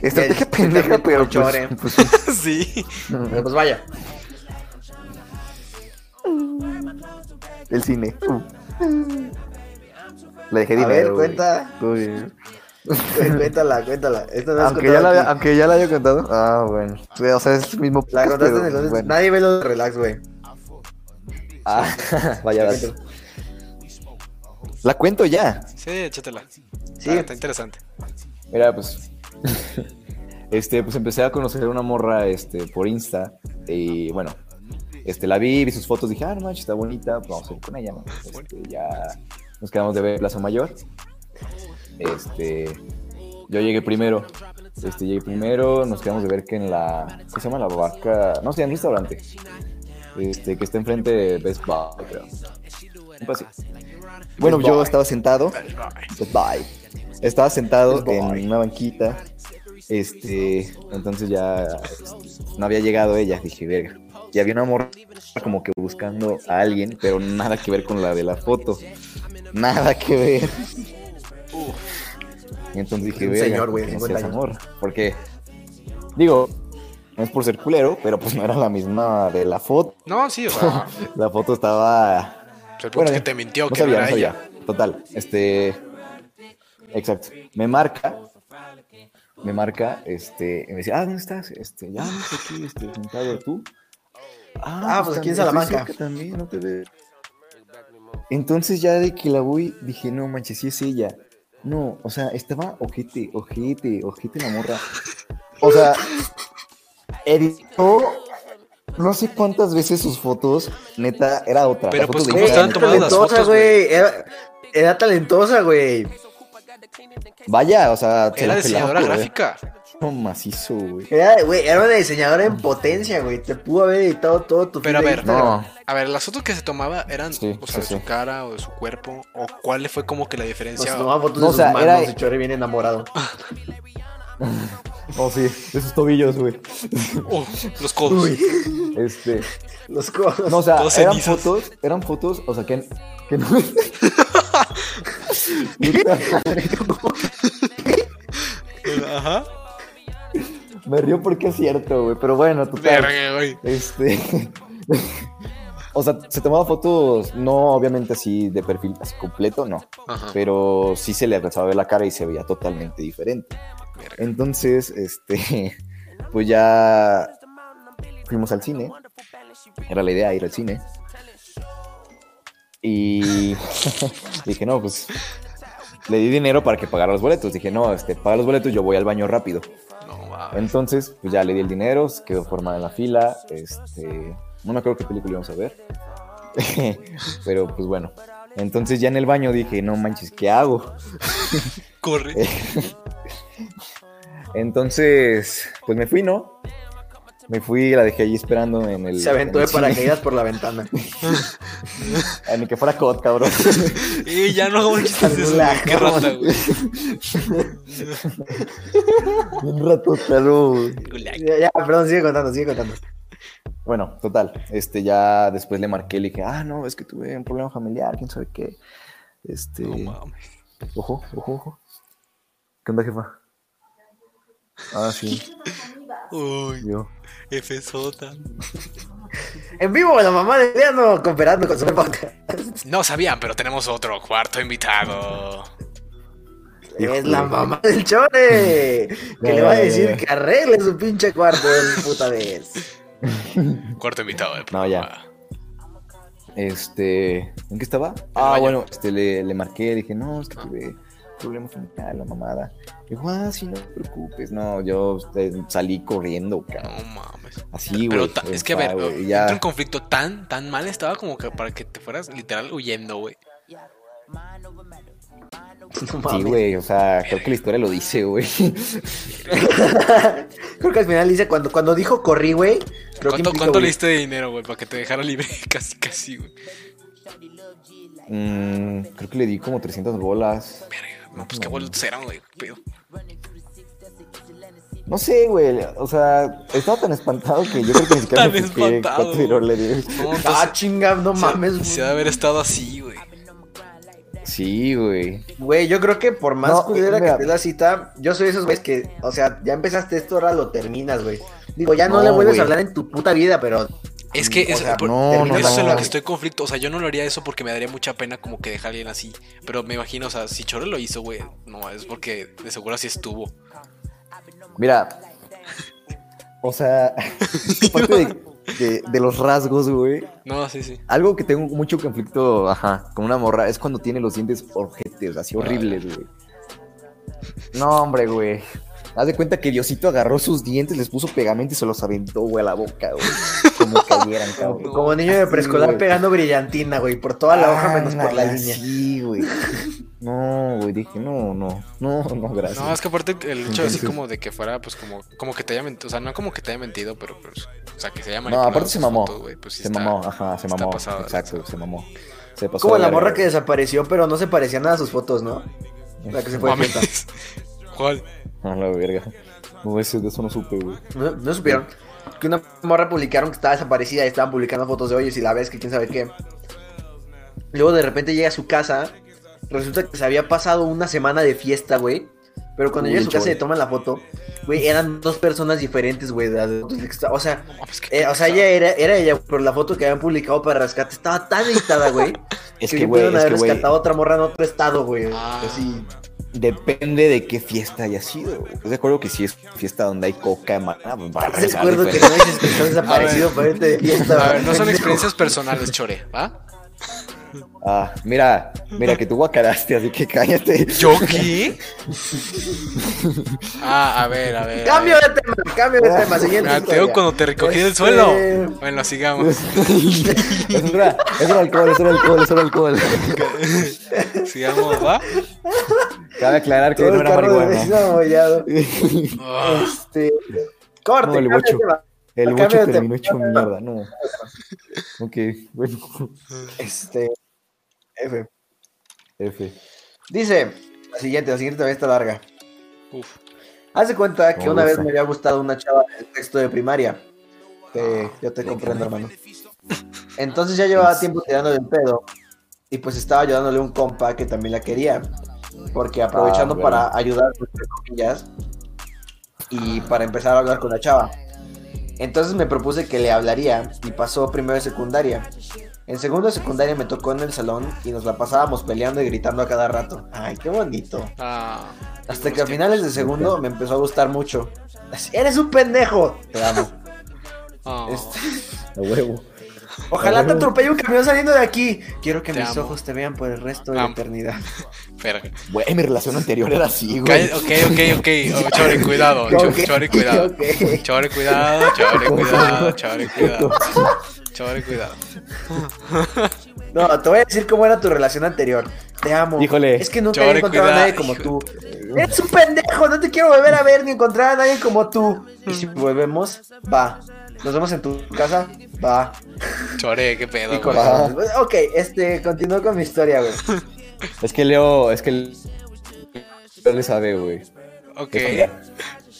A: Estrategia
D: Del-
A: pendeja,
D: del-
A: pero
D: chore.
A: pues, [LAUGHS] pues,
C: sí.
D: Pero pues vaya.
A: [LAUGHS] el cine. Uh. Le dejé
D: A
A: dinero,
D: ver,
A: güey.
D: cuenta.
A: Estuvo bien.
D: cuéntala, cuéntala. Esto no es
A: Aunque ya, la,
D: contado
A: había-
D: aquí.
A: aunque ya la haya contado. Ah, bueno. O sea, es el mismo
D: La
A: podcast,
D: contaste en
A: pero,
D: el contexto.
A: bueno.
D: Nadie ve los de relax, güey.
C: Pues
A: Ah, [LAUGHS] vaya dato.
D: Cuéntalo.
A: La cuento ya.
C: Sí, échatela.
D: Sí.
C: Ah, está interesante.
A: Mira, pues. [LAUGHS] este, pues empecé a conocer una morra este, por Insta. Y bueno, este, la vi, vi sus fotos, dije, ah, no manches, está bonita, pues vamos a ir con ella. ¿no? Este, ya nos quedamos de ver en Plaza Mayor. Este. Yo llegué primero. Este, llegué primero, nos quedamos de ver que en la. ¿Qué se llama la vaca? No sé, en un restaurante. Este, que está enfrente de Best Buy, creo. Un paseo. Bueno, yo estaba sentado. Best Buy. Estaba sentado en una banquita. Este, entonces ya este, no había llegado ella. Dije, verga. Y había una morra como que buscando a alguien, pero nada que ver con la de la foto. Nada que ver. Y entonces dije,
D: Un
A: verga,
D: señor, güey,
A: ¿por qué no
D: 50
A: seas
D: años.
A: amor. Porque, digo, no es por ser culero, pero pues no era la misma de la foto.
C: No, sí, o
A: [LAUGHS]
C: sea.
A: La foto estaba
C: El punto es que
A: ya.
C: te mintió,
A: No
C: que
A: sabía,
C: no era
A: no
C: ella.
A: sabía. Total, este. Exacto. Me marca. me marca, este, y me dice, ah, ¿dónde estás? Este, ya, no sé aquí, este, sentado tú.
D: Ah, pues aquí en
A: también, estoy
D: Salamanca.
A: cerca También, no te veo. Entonces ya de que la voy, dije, no manches, sí es ella. No, o sea, estaba ojete, ojete, ojete la morra. O sea, editó no sé cuántas veces sus fotos, neta, era otra.
C: Pero,
A: la foto
C: pues,
A: de
C: ¿cómo
D: Güey,
A: Instagram.
C: estaban
D: era
C: tomadas las
D: talentosa,
C: fotos,
D: güey. Era, era talentosa, güey.
A: Vaya, o sea, se
C: Era
A: la ¿eh? pelaba
C: diseñadora
A: por ver.
C: gráfica.
A: No, macizo, güey.
D: Era, güey, era una diseñadora en potencia, güey. Te pudo haber editado todo tu
C: Pero a
D: feed de
C: ver,
D: Instagram.
A: No.
C: A ver, las fotos que se tomaba eran,
A: Sí,
C: o sea,
A: sí,
C: de
A: sí.
C: su cara o de su cuerpo, o cuál fue como que la
D: Nos
C: diferencia.
D: tomaba Pues, fotos
A: No,
D: de
A: o
D: sus
A: sea,
D: manos
A: era-
D: y Chore
C: [LAUGHS]
D: bien enamorado.
A: Oh, sí, de sus tobillos, güey.
C: Oh, los codos.
A: Este,
D: Los codos.
A: no, o sea,
C: Todos
A: eran
C: cenizos.
A: fotos, eran fotos, o sea, que, que no...
C: [LAUGHS]
A: Puta madre,
C: [LAUGHS] Ajá.
A: [LAUGHS] Me río porque es cierto, güey, pero bueno, total.
C: Verga, güey.
A: Este. [LAUGHS] o sea, se tomaba fotos, no obviamente así de perfil así completo, no.
C: Ajá.
A: Pero sí se le alcanzaba a ver la cara y se veía totalmente diferente.
C: Verga.
A: Entonces, este. [LAUGHS] Pues ya. Fuimos al cine. Era la idea ir al cine. Y. [LAUGHS] dije, no, pues. Le di dinero para que pagara los boletos. Dije, no, este, paga los boletos, yo voy al baño rápido.
C: No, va.
A: Entonces, pues ya le di el dinero, se quedó formada en la fila. Este, no me acuerdo qué película íbamos a ver. [LAUGHS] Pero pues bueno. Entonces ya en el baño dije, no manches, ¿qué hago? Eh.
C: Corre.
A: Entonces, pues me fui, ¿no? Me fui, la dejé ahí esperando en el.
D: Se aventó de
A: para
D: paracaídas por
C: [LAUGHS]
D: la ventana.
A: Ni que fuera COD, cabrón.
C: Y ya no hagamos chistes
A: [LAUGHS]
C: de eso.
D: La
C: güey, Qué rata, güey.
A: Un rato, salud.
D: ya, ya, perdón, sigue contando, sigue contando.
A: Bueno, total, este ya después le marqué, le dije, ah, no, es que tuve un problema familiar, quién sabe qué. Este,
C: No mames.
A: ojo, ojo, ojo. ¿Qué onda, jefa? Ah, sí,
C: [LAUGHS] Uy,
A: yo.
C: FZ.
D: En vivo, la mamá de Leano cooperando con su podcast.
C: No sabían, pero tenemos otro cuarto invitado.
D: Es la mamá del Chore. Que
A: Ya,
D: le va a
A: ya, ya,
D: decir
A: ya.
D: que arregle su pinche cuarto de
A: [LAUGHS]
D: puta vez.
C: Cuarto invitado eh, Ah, del
A: No, ya.
C: programa.
A: Este, ¿en qué estaba? Ah,
C: baño.
A: bueno, este, le, le marqué, le dije, no, es que tuve problemas familiar, la mamada. Dijo, ah, sí, no te preocupes, no, yo este, salí corriendo, cabrón.
C: No mames.
A: Así, güey.
C: Pero ta- es que, a ver, eh,
A: está, güey,
C: entra un
A: ya.
C: conflicto tan, tan mal estaba como que para que te fueras literal huyendo, güey.
D: No
A: Sí,
D: mames.
A: güey, o sea, creo que la historia lo dice, güey.
D: Creo que al final dice, cuando, cuando dijo corrí, güey. creo que
C: ¿Cuánto,
D: implica
C: cuánto
D: huir.
C: le diste de dinero, güey? Para que te dejara libre [LAUGHS] casi, casi, güey.
A: Mm, creo que le di como 300 bolas.
C: Verga, No, pues qué boletos eran, güey. qué pedo.
A: No sé, güey, o sea, estaba tan espantado que yo creo que ni siquiera
C: Tan
A: me fijé
C: espantado.
A: cuánto dinero le di.
C: No, entonces,
D: Ah, chinga, no
C: se-
D: mames.
C: Se ha
D: güey.
C: de haber estado así, güey.
A: Sí, güey.
D: Güey, yo creo que por más
A: No,
D: culera que
A: mira.
D: esté la cita, yo soy de esos güeyes que, o sea, ya empezaste esto, ahora lo terminas, güey. Digo, ya no,
A: No,
D: le vuelves
A: güey.
D: a hablar en tu puta vida, pero
C: Es que
D: O
C: es,
D: sea,
C: por-
A: no,
D: no,
C: eso es en
D: no.
C: lo que estoy en conflicto. O sea, yo no lo haría eso porque me daría mucha pena como que dejar a alguien así. Pero me imagino, o sea, si Choro lo hizo, güey, no, es porque de seguro así estuvo.
A: Mira, o sea, [LAUGHS] aparte de, de- de los rasgos, güey,
C: No, sí, sí.
A: algo que tengo mucho conflicto, ajá, con una morra, es cuando tiene los dientes orjetes, así horribles, güey. No, hombre, güey. Haz de cuenta que Diosito agarró sus dientes, les puso pegamento y se los aventó, güey, a la boca, güey. Como
D: [LAUGHS]
A: cayeran, cabrón.
D: como niño de preescolar
A: güey.
D: pegando brillantina, güey, por toda la hoja menos por la
A: Ándale,
D: línea.
A: Sí, güey. No, güey, dije, no, no, no, no, gracias.
C: No, es que aparte el hecho así
A: Entonces-
C: como de que fuera, pues como, como que te haya mentido. O sea, no como que te haya mentido, pero pues. O sea, que se haya
A: No,
C: manipulado
A: aparte se
C: tus
A: mamó.
C: fotos, güey, pues sí
A: se
C: está-
A: mamó, ajá, se
C: está
A: mamó.
C: pasado de
A: Exacto,
C: lanza.
A: se mamó. Se pasó.
D: Como
A: de
D: la
A: verga,
D: morra que
A: güey.
D: desapareció, pero no se parecía nada a sus fotos, ¿no? La que se fue de fiesta.
C: Mames. [LAUGHS] ¿Cuál?
A: A la verga. No, ese de eso no supe, güey.
D: No, no supieron. Que una morra publicaron que estaba desaparecida y estaban publicando fotos de hoyos y la ves que quién sabe qué. Luego de repente llega a su casa. Resulta que se había pasado una semana de fiesta, güey. Pero cuando
A: Uy,
D: llega a su casa
A: chole.
D: y le toman la foto, güey, eran dos personas diferentes, güey. de las fotos que está- O sea,
C: Mames, qué
D: eh, o sea,
C: pesado.
D: ella era, era ella, pero la foto que habían publicado para rescate estaba tan editada, güey.
A: [LAUGHS] Es
D: que
A: que,
D: bien
A: güey,
D: pudieron
A: es
D: haber
A: que, güey.
D: rescatado a otra morra en otro estado, güey.
C: Ah.
D: Así.
A: Depende de qué fiesta haya sido. güey. Estás de acuerdo que si es fiesta donde hay coca, man, ah, pues, va a
D: ¿Estás de
A: regresar
D: acuerdo que no
A: diferente.
D: dices
A: [LAUGHS]
C: [LAUGHS]
D: que estás desaparecido para irte de fiesta?
C: A ver, no son experiencias personales, Chore, ¿va?
A: Ah, mira, mira que tú guacaraste, así que cállate.
C: ¿Yo qué? Ah, a ver, a ver. a
D: Cambio
C: ver.
D: de tema, cambio de tema, siguiente.
A: Ah,
C: Me ateo
D: historia.
C: cuando te recogí del
D: Este,
C: suelo. Bueno, sigamos.
A: es, una- es un alcohol, es un alcohol, es un alcohol.
C: Sigamos, ¿va?
A: Cabe aclarar que
D: Todo
A: no
D: el
A: era
D: carro de vecino
A: marihuana.
D: abollado.
C: Ah,
D: Este, corte,
A: No, el
D: cambio de
A: bocho.
D: tema.
A: El
D: Acá
A: bucho
D: veo, te-
A: terminó hecho mierda, no. Ok, bueno, [LAUGHS]
D: Este, F.
A: F.
D: Dice, la siguiente, la siguiente también está larga.
C: uf.
D: Haz de cuenta que
A: Me
D: una vez
A: gusta.
D: me había gustado una chava en sexto de primaria. Te- yo te comprendo, hermano. Entonces ya llevaba tiempo tirándole el pedo. Y pues estaba ayudándole a un compa que también la quería. Porque aprovechando
A: Ah,
D: para ayudar, pues, entre comillas, y para empezar a hablar con la chava. Entonces me propuse que le hablaría y pasó primero de secundaria. En segundo de secundaria me tocó en el salón y nos la pasábamos peleando y gritando a cada rato. Ay, qué bonito.
C: Ah,
D: Hasta que a finales de segundo me empezó a gustar mucho. Así, Eres un pendejo. Te amo.
C: ah.
D: Este,
A: A huevo.
D: [LAUGHS] Ojalá te atropelle un camión saliendo de aquí. Quiero que
C: Te
D: mis
C: amo.
D: ojos te vean por el resto de la
C: Am-
D: eternidad.
C: Verga.
A: Güey, mi relación anterior era así, güey.
C: Calla- Ok, ok, ok. Oh, Chore, cuidado.
D: Ok,
C: Cho- Chore, cuidado.
D: ok.
C: Chore, cuidado. Chore, cuidado. Chore, cuidado. Chore, cuidado.
D: No, te voy a decir cómo era tu relación anterior. Te amo.
A: Híjole.
D: Es que nunca
C: Chore,
D: había encontrado a
C: cuidado,
D: nadie como
C: hijo.
D: tú. Eres un pendejo. No te quiero volver a ver ni encontrar a nadie como tú. Y si volvemos, va. Nos vemos en tu casa. Va.
C: Chore, qué
D: Y
C: pedo,
D: con-
C: güey.
A: va.
D: Ok, este, continúo con mi historia, güey.
A: Es que Leo, es que Leo le sabe, güey.
C: Ok.
A: Es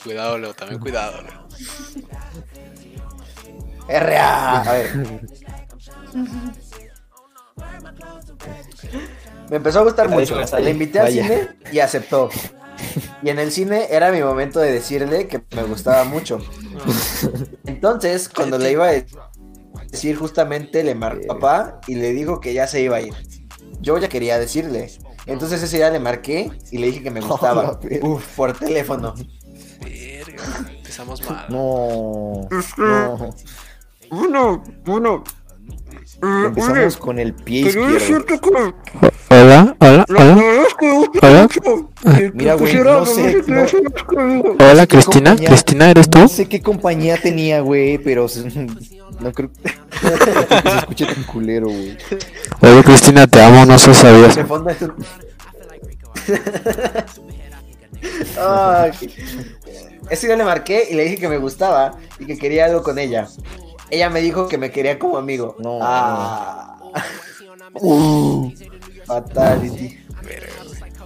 C: Cuidado, Leo, también cuidado, Leo.
D: R.A. A ver. Me empezó a gustar
A: Está
D: mucho.
A: bien, está bien.
D: Le invité al
A: Vaya.
D: cine y aceptó. Y en el cine era mi momento de decirle que me gustaba mucho. Entonces, cuando le iba a decir, justamente le marcó a papá y le dijo que ya se iba a ir. Yo ya quería decirle. Entonces ese día le marqué y le dije que me gustaba. Uf, por teléfono.
C: Verga. Empezamos mal.
A: No. No.
E: Uno, uno. Eh, oye,
A: Empezamos con el pie
E: quería
A: izquierdo.
E: decirte que
F: Hola, hola,
E: la
F: hola,
E: verdad es que me gusta
F: Hola.
E: mucho.
G: Ah,
E: Y
A: Mira,
E: que
A: güey,
E: quisiera
A: no sé,
E: dormir
A: no-
E: tres horas conmigo.
F: hola, Cristina,
A: compañía?
F: Cristina, ¿eres tú?
A: No sé qué compañía tenía, güey, pero s- no creo no creo que [LAUGHS] se escuche tan culero, güey.
F: Oye, Cristina, te amo, no sé si sabías.
D: De fondo
A: [LAUGHS]
D: es un- Ay, Ese día le marqué y le dije que me gustaba y que quería algo con ella. Ella me dijo que me quería como amigo.
A: No.
D: Ah. Uh, fatality.
C: Verga.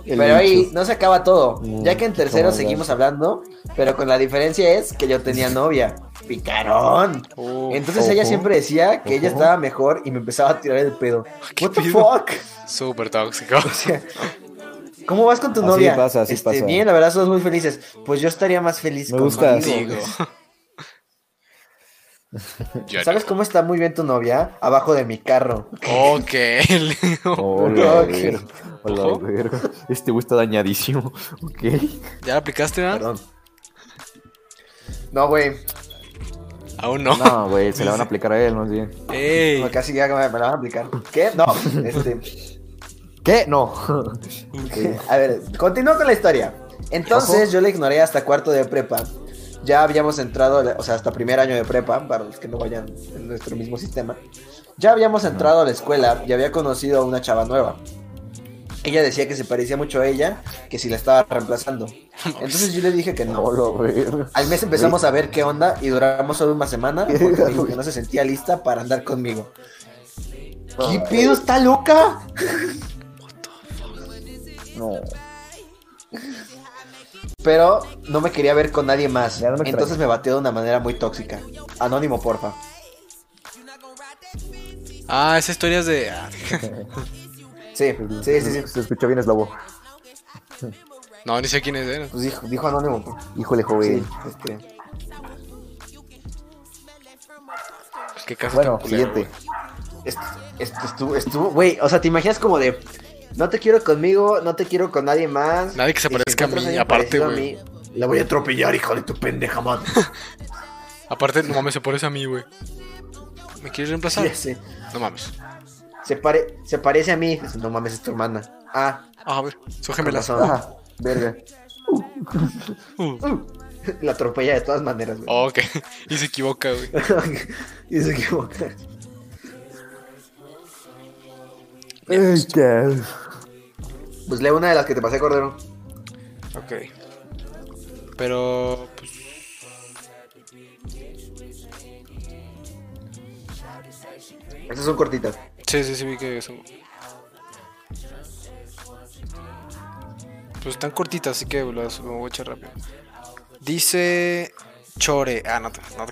A: El
D: Pero ahí
A: bicho.
D: no se acaba todo, ya que en tercero
A: cómo no.
D: seguimos hablando, pero con la diferencia es que yo tenía novia. Picarón.
C: Oh,
D: Entonces ella
A: ojo.
D: siempre decía que ella
A: Ojo.
D: estaba mejor y me empezaba a tirar el pedo.
C: ¿Qué
D: What the
C: pedo?
D: fuck?
C: Súper tóxico.
D: [LAUGHS] ¿Cómo vas con tu
A: Así
D: novia?
A: pasa, así
D: Este,
A: pasa.
D: Bien, la verdad, somos muy felices. Pues yo estaría más feliz
A: Me
D: contigo.
A: gusta.
C: Digo. Yo no.
D: ¿Sabes cómo está muy bien tu novia? Abajo de mi carro.
C: Ok, Leo.
A: Hola,
D: Ok.
A: verga. Hola,
C: Ojo.
A: verga. Este güey está dañadísimo. [LAUGHS] Ok.
C: ¿Ya la aplicaste, verdad?
D: Perdón. No, güey.
C: Aún no.
A: No, güey, se la van a aplicar a él más bien.
C: Ey,
D: no, Casi ya me, me la van a aplicar. ¿Qué? No. Este,
A: ¿Qué? No.
D: [LAUGHS] a ver, continúo con la historia. Entonces yo le ignoré hasta cuarto de prepa. Ya habíamos entrado, o sea, hasta primer año de prepa, para los que no vayan en nuestro mismo sistema. Ya habíamos entrado a la escuela y había conocido a una chava nueva. Ella decía que se parecía mucho a ella, que si la estaba reemplazando. Entonces yo le dije que no.
A: Hola, verga.
D: Al mes empezamos a ver qué onda y duramos solo una semana porque me dijo que no se sentía lista para andar conmigo. ¿Qué pedo está loca?
A: No.
D: Pero no me quería ver con nadie más.
A: Ya no me extraña.
D: entonces me bateó de una manera muy tóxica. Anónimo, porfa.
C: Ah, esa historia es de. ah,
D: Sí,
A: Pues,
D: sí, sí, sí.
A: Se escuchó bien eslavo.
C: No, ni sé quién es. eh.
D: Pues dijo, dijo anónimo. por-
A: Híjole,
D: Sí,
A: joven.
D: este.
C: Qué caso
A: Bueno,
C: tan culero,
A: siguiente.
D: Esto, esto estuvo, estuvo, güey, o sea, te imaginas como de, No te quiero conmigo, no te quiero con nadie más.
C: Nadie que se
D: Y si
C: parezca a
D: encuentras
C: mí,
D: alguien
C: aparte,
D: parecido a
C: güey.
D: mí, La voy a atropellar, hijo de tu pendeja madre.
C: Aparte, no mames, se parece a mí, güey. ¿Me quieres reemplazar?
D: [LAUGHS] Ya sé.
C: No mames.
D: Se, pare- se parece a mí. No mames, es tu hermana. Ah,
C: Ah, a ver, son
D: con
C: gemelas.
D: razón.
A: Ah,
D: Verga.
C: Uh.
D: La atropella de todas maneras, güey.
C: Oh, ok. [LAUGHS] Y se equivoca, güey.
D: [LAUGHS] y se equivoca.
A: Ay, qué-
D: Pues lee una de las que te pasé, Cordero.
C: Ok. Pero, pues,
D: Estas son cortitas.
C: sí, sí, sí, vi que son. Pues están cortitas, así que las me voy a echar rápido. Dice. Chore. Ah, no te. No [LAUGHS]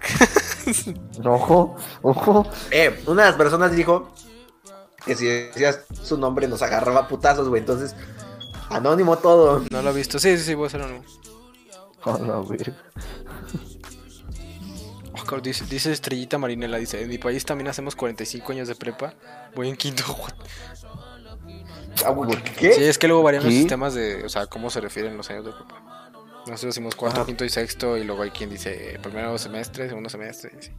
C: te...
A: Ojo, ojo. [LAUGHS]
D: Eh, una de las personas dijo que si decías su nombre nos agarraba a putazos, güey. Entonces, anónimo todo.
C: No lo he visto. Sí, sí, sí, voy a hacer uno.
A: A la verga.
C: Oh, cabrón, dice, dice Estrellita Marinela, dice, en mi país también hacemos 45 años de prepa. Voy en quinto. [LAUGHS] what?".
D: Ah, güey, ¿Qué?
C: Sí, es que luego varían los
A: ¿Qué?
C: sistemas de, o sea, cómo se refieren los años de prepa. Nosotros decimos cuarto,
D: Ajá.
C: quinto y sexto, y luego hay quien dice eh, primero semestre, segundo semestre. y así.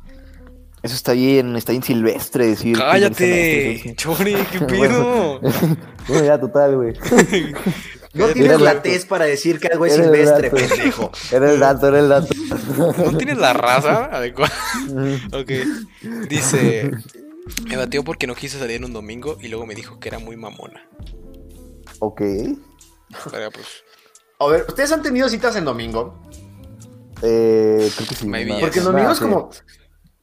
A: Eso está bien, está bien silvestre decir. que
C: ¡Cállate!
A: ya
C: Chori, ¿qué pido?
A: no sé. Bueno, ya, total, [LAUGHS] güey.
D: No
C: Era
D: tienes
A: el
D: la
A: dato.
D: tez para decir que algo es
A: Era el
D: silvestre,
A: dato.
D: pendejo.
A: Era el dato, era el dato. [LAUGHS]
C: ¿No tienes la raza adecuada? ok. Dice, me batió porque no quise salir en un domingo y luego me dijo que era muy mamona.
A: ok.
C: Pero pues,
D: A ver, ¿ustedes han tenido citas en domingo?
A: Eh, creo que sí.
C: Maybe
A: no,
C: yes.
D: Porque en
A: no,
D: domingo
A: no,
D: es
A: Ah, sí.
D: como,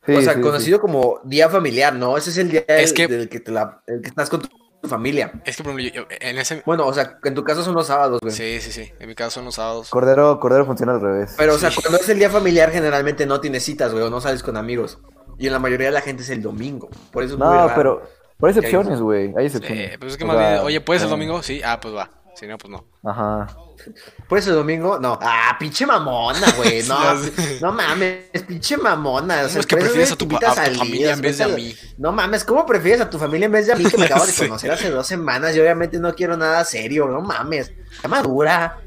A: Sí,
D: o sea,
A: sí, sí.
D: conocido como día familiar, ¿no? Ese es el día
C: Es
D: del-
C: que-
D: del que, te la- el que estás con tu, tu familia.
C: es que por ejemplo, yo- yo- en ese...
D: Bueno, o sea, en tu caso son los sábados, güey.
C: Sí, sí, sí. En mi caso son los sábados.
A: Cordero, Cordero funciona al revés.
D: Pero, o sea,
C: Sí.
D: cuando es el día familiar, generalmente no tienes citas, güey, o no sales con amigos. Y en la mayoría de la gente es el domingo. Por eso es muy
A: No,
D: raro.
A: pero. Pero hay excepciones, güey. Hay excepciones.
C: Eh, pues es que
A: O
C: más
A: sea,
C: bien, oye, ¿puedes el
A: eh,
C: domingo? Sí, ah, pues va. Si no, pues no.
A: Ajá.
D: Por eso el domingo, no. Ah, pinche mamona, [LAUGHS] güey. No,
C: Sí, ya sé.
D: no mames, pinche mamona. O
C: No,
D: sea,
C: es que
D: por eso,
C: prefieres
D: güey,
C: a tu
D: te
C: pa-
D: invita
C: a tu
D: salir,
C: familia en
D: se
C: vez de
D: invita-
C: a mí.
D: No mames, ¿cómo prefieres a tu familia en vez de a mí [LAUGHS] que me
C: Ya
D: acabo de
C: sé.
D: conocer hace dos semanas? Yo obviamente no quiero nada serio, no mames. Ya madura.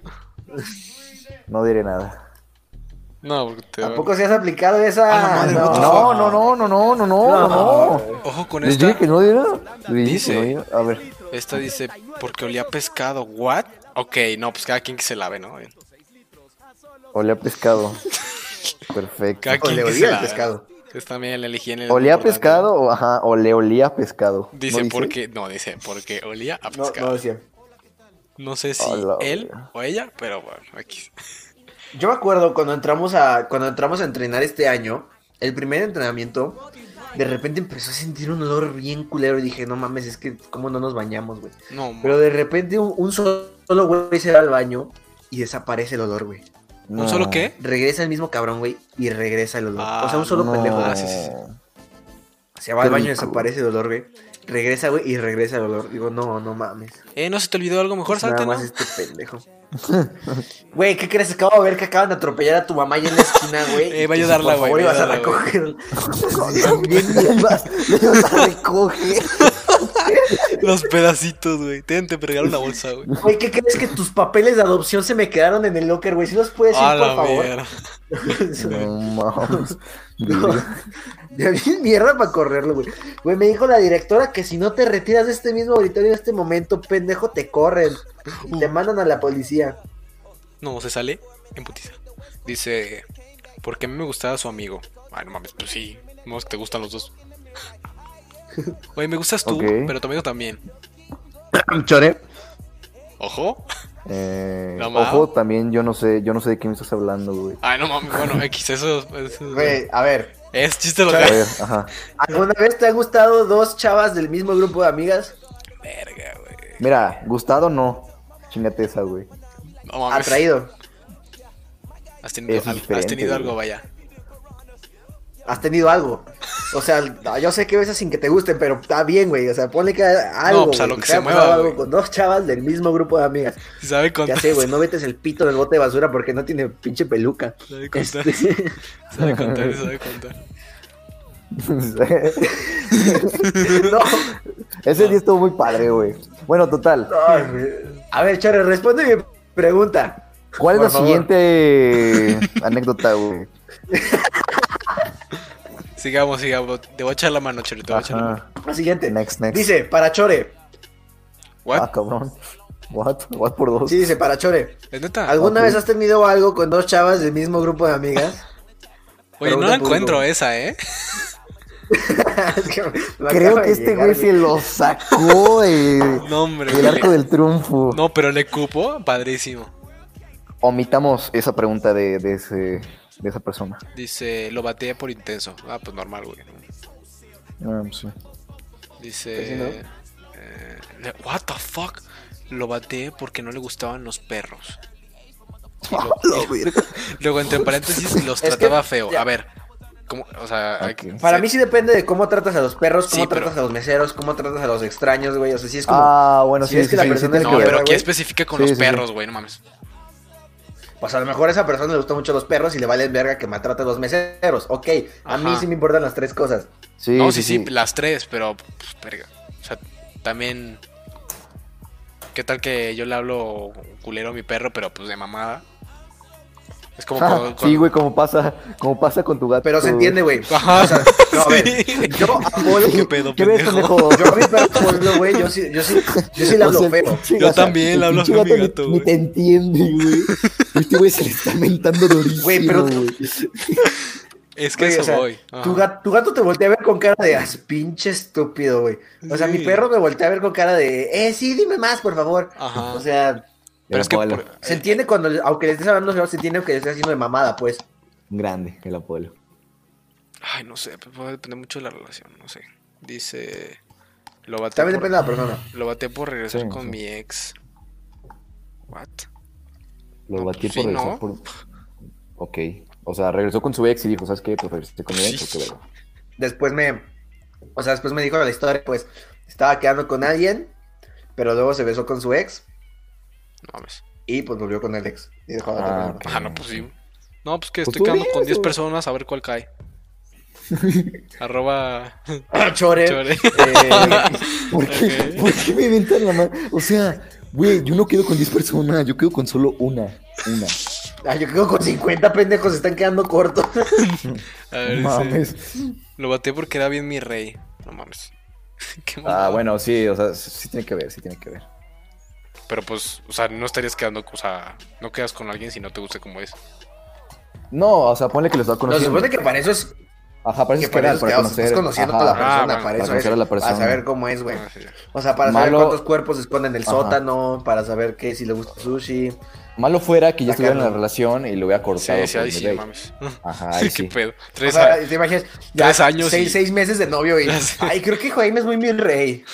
A: No diré nada.
C: No, porque te
D: ¿Tampoco se has aplicado esa?
C: A la madre, what the
A: No, no, no, no, no, no, no, no.
C: Ojo con
A: Les dije
C: esta.
A: que no diera. Les dije
C: Dice.
A: que no diera. A ver.
C: Esta dice, porque olía a pescado. ¿What? Ok, no, pues cada quien que se lave, ¿no?
A: Olía a pescado. Perfecto.
C: Cada
D: O
C: quien
D: le
C: que
D: olía
C: se
D: el
C: lave.
D: pescado.
C: Esta también la elegí en el.
A: ¿Olía a
C: importante.
A: pescado o ajá? O le olía a pescado. ¿No
C: Dice porque. No, dice porque olía a
D: No,
C: pescado.
D: no
C: No,
D: decía.
C: sé si
A: Hola,
C: él
A: hola.
C: o ella, pero bueno, aquí.
D: Yo me acuerdo cuando entramos a cuando entramos a entrenar este año, el primer entrenamiento, de repente empezó a sentir un olor bien culero y dije, no mames, es que cómo no nos bañamos, güey.
C: No, ma-
D: Pero de repente un, un solo güey se va al baño y desaparece el olor, güey.
A: No.
C: ¿Un solo qué?
D: Regresa el mismo cabrón, güey, y regresa el olor.
C: Ah,
D: o sea, un solo
A: No.
D: pendejo.
C: Ah,
D: güey.
C: sí, sí, sí.
D: Se va al
A: qué
D: baño y
A: rico.
D: desaparece el olor, güey. Regresa, güey, y regresa el olor. Digo, no, no mames.
C: Eh, ¿no se te olvidó algo mejor?
D: Nada
C: Salte, ¿no?
D: más este pendejo. [LAUGHS] Güey, ¿qué crees? Acabo de ver que acaban de atropellar a tu mamá ahí en la esquina, güey.
C: [LAUGHS] Eh, va a
D: Y que si
C: ayudarla,
D: por
C: güey,
D: favor
C: va a
D: ibas a
C: ayudarla,
D: recoger.
A: Bien mierdas.
D: [LAUGHS]
A: Le ibas a recoger.
C: Los pedacitos, güey. Ten, te pegaron una bolsa,
D: [LAUGHS]
C: güey.
D: Güey, ¿qué crees que tus papeles de adopción se me quedaron en el locker, güey? Si los puedes ir,
C: A
D: por
C: la
D: favor.
C: mierda.
A: No mames.
D: [LAUGHS] Ya bien mierda para correrlo, güey. Güey, me dijo la directora que si no te retiras de este mismo auditorio en este momento, pendejo, te corren. Y te mandan a la policía.
C: No, se sale en putiza. Dice, porque a mí me gustaba su amigo. Ay, no mames, pues sí. No, es que te gustan los dos. Oye, me gustas tú,
A: Ok.
C: pero tu amigo también.
D: Chore.
C: Ojo.
A: Eh,
C: No mames.
A: ojo, también yo no sé, yo no sé de qué me estás hablando, güey.
C: Ay, Ah, no mames, bueno, X, eso, eso-
D: Güey, a ver.
C: es chiste
A: A
C: local.
A: ver, ajá.
D: ¿Alguna vez te han gustado dos chavas del mismo grupo de amigas?
C: Verga, güey.
A: Mira, gustado no. Chingate esa, güey. [LAUGHS]
C: No mames.
D: Atraído.
C: Has tenido,
A: Es
C: al- has
A: diferente,
C: tenido
A: güey.
C: algo, vaya.
D: has tenido algo. O sea, yo sé que besas sin que te gusten, pero está bien, güey. O sea, ponle que algo.
C: No, pues, a lo
D: güey.
C: que
D: Te ha
C: se mueva,
D: pasado
C: güey.
D: algo con dos chavas del mismo grupo de amigas.
C: Si sabe
D: Ya
C: contar.
D: sé, güey, no metes el pito en el bote de basura porque no tiene pinche peluca.
C: [LAUGHS] Sabe contar.
D: Este, [LAUGHS]
C: Sabe contar, sabe contar.
A: Ese
D: no,
A: día estuvo muy padre, güey. Bueno, total.
D: Ay, güey. a ver, Charo, responde mi pregunta.
A: ¿Cuál
D: Por
A: es la
D: favor.
A: siguiente anécdota, güey?
C: Sigamos, sigamos. Te voy a echar la mano, Chori. Te voy a echar la mano.
A: Ajá.
D: La siguiente.
A: Next, next.
D: Dice, para Chore.
A: Ah,
C: ¿What?
A: cabrón. What? What por dos.
D: Sí, dice, para Chore.
C: ¿Es neta?
D: ¿Alguna
A: Ok.
D: vez has tenido algo con dos chavas del mismo grupo de amigas?
C: Oye, no
D: pregunta
C: la
D: al
C: encuentro
D: público.
C: esa, ¿eh?
D: Es que me- me
A: Creo
D: acaba
A: que
D: de
A: este
D: llegar,
A: güey se lo sacó eh,
C: No, hombre.
A: del arco del triunfo.
C: No, pero le cupo, padrísimo.
A: Omitamos esa pregunta de, de ese, de esa persona.
C: Dice, lo bateé por intenso. Ah, pues normal, güey.
A: Ah, pues sí.
D: Pues sí,
C: Dice,
D: ¿no?
C: eh, le- what the fuck? Lo bateé porque no le gustaban los
D: [LAUGHS]
C: perros. Y lo- [LAUGHS] Luego, entre paréntesis, los
D: Es que-
C: trataba feo. A ver, ¿cómo? O sea, hay-
A: Ok.
D: Para
C: se-
D: mí sí depende de cómo tratas a los perros, cómo
C: Sí, pero-
D: tratas a los meseros, cómo tratas a los extraños, güey. O sea, sí es como.
A: Ah, bueno,
D: Si
A: sí,
D: es
A: sí,
D: que la
A: sí, sí,
D: persona
A: tiene
D: es
C: No,
A: que ver.
C: pero
D: güey.
C: ¿qué especifica con
A: Sí,
C: los
A: sí, sí.
C: perros, güey? No mames.
D: Pues a lo mejor a esa persona le gustan mucho los perros y le vale verga que maltrate a los meseros. Ok, a mí
C: Ajá.
D: sí me importan las tres cosas.
A: Sí,
C: no, sí, sí, las tres, pero, pues, verga. O sea, también. ¿Qué tal que yo le hablo culero a mi perro, pero pues de mamada? Es
D: [LAUGHS]
C: como
A: Ah,
C: cuando-
A: sí, güey, como pasa, como pasa con tu gato.
D: Pero se entiende, güey.
C: Ajá.
D: O sea, no, a ver,
C: Sí.
D: yo
A: [LAUGHS]
D: apoyo.
C: ¿Qué pedo,
A: ¿Qué ves,
C: pendejo?
A: pendejo?
D: Yo
A: [LAUGHS]
D: a mi perro, por ejemplo, güey, yo sí, yo sí, yo sí le hablo
A: O sea,
D: feo.
A: sí,
C: Yo
A: o sea,
C: también
A: el
C: le hablo
A: pinche
C: feo a mi
A: ni-
C: gato,
A: Ni,
C: güey.
A: te entiende, güey. Este güey se le está mentando durísimo, güey.
D: Güey, pero-
C: [LAUGHS] Es que
D: Güey,
C: eso
D: o sea,
C: voy. Ajá.
D: Tu gato, tu gato te voltea a ver con cara de "As, pinche estúpido, güey. O sea, mi
C: Sí.
D: perro me voltea a ver con cara de, eh, sí, dime más, por favor.
C: Ajá. Eh.
D: O sea,
C: pero es que.
A: Apolo.
C: por-
D: se entiende cuando, aunque le estés hablando feo, se entiende que le estés haciendo de mamada, pues.
A: Grande, el Apolo.
C: Ay, no sé, pues, va a depender mucho de la relación, no sé. Dice. Lo bateé
D: También
C: por,
D: depende de la persona.
C: lo bateé por regresar
A: Sí,
C: con
A: sí.
C: mi ex. What?
A: Lo
C: No,
A: batí
C: pues sí,
A: por regresar
C: ¿no?
A: por... Ok. O sea, regresó con su ex y dijo, ¿sabes qué? Pues regresé con mi ex.
C: Sí.
A: o qué verga.
D: después me, o sea, después me dijo la historia, pues, estaba quedando con alguien, pero luego se besó con su ex
C: No mames.
D: y pues volvió con el ex. Y dejó de
A: Ah,
D: terminar.
A: ok.
C: Ah, no, pues sí. No, pues que
A: Pues
C: estoy
A: tú
C: quedando
A: dime,
C: con 10
A: güey.
C: personas a ver
A: [LAUGHS]
C: cuál cae. Arroba.
D: [LAUGHS] Chore.
C: Chore. [LAUGHS]
D: Eh,
A: ¿Por qué, [LAUGHS]
C: Ok.
A: ¿Por qué me inventan la mano? O sea, güey, yo no quedo con 10 personas, yo quedo con solo una. Una.
D: ah, yo quedo con 50 pendejos, se están quedando cortos.
C: A ver, dice,
A: Mames.
C: Lo bateé porque era bien mi rey. No mames. [LAUGHS] Qué
A: Ah,
C: mamada.
A: bueno, sí, o sea, sí sí tiene que ver, sí tiene que ver.
C: Pero pues, o sea, no estarías quedando. O sea, no quedas con alguien si no te gusta como es.
A: No, o sea, ponle que lo estaba
D: No, se
A: conociendo.
D: supone que para eso es
A: Ajá, parece
D: que
A: que para,
D: para eso es quedado,
A: conocer.
D: estás conociendo
A: Ajá,
D: a la
A: ajá,
D: persona,
C: Ah,
D: para
A: para
D: eso es,
A: conocer a la
D: para
A: persona.
D: saber cómo es, güey.
C: Ah,
A: pues,
C: sí, ya.
D: O sea, para saber
A: Malo-
D: cuántos cuerpos se esconden en el
A: Ajá.
D: sótano, para saber que si le gusta sushi.
A: Malo fuera que ya estuviera en la
D: Sacarlo.
A: relación y lo hubiera
C: Ah, Sí,
A: cortado.
C: sí,
A: por
C: ahí sí,
A: delay.
C: mames.
A: Ajá, pues, ahí
C: [LAUGHS] ¿Qué
A: sí.
C: pedo?
D: O
C: Tres
D: sea,
C: años.
D: te imaginas,
C: tres años
D: seis,
C: y-
D: seis meses de novio
C: [LAUGHS]
D: y,
C: Ya sé.
D: ay, creo que Jaime es muy mi rey.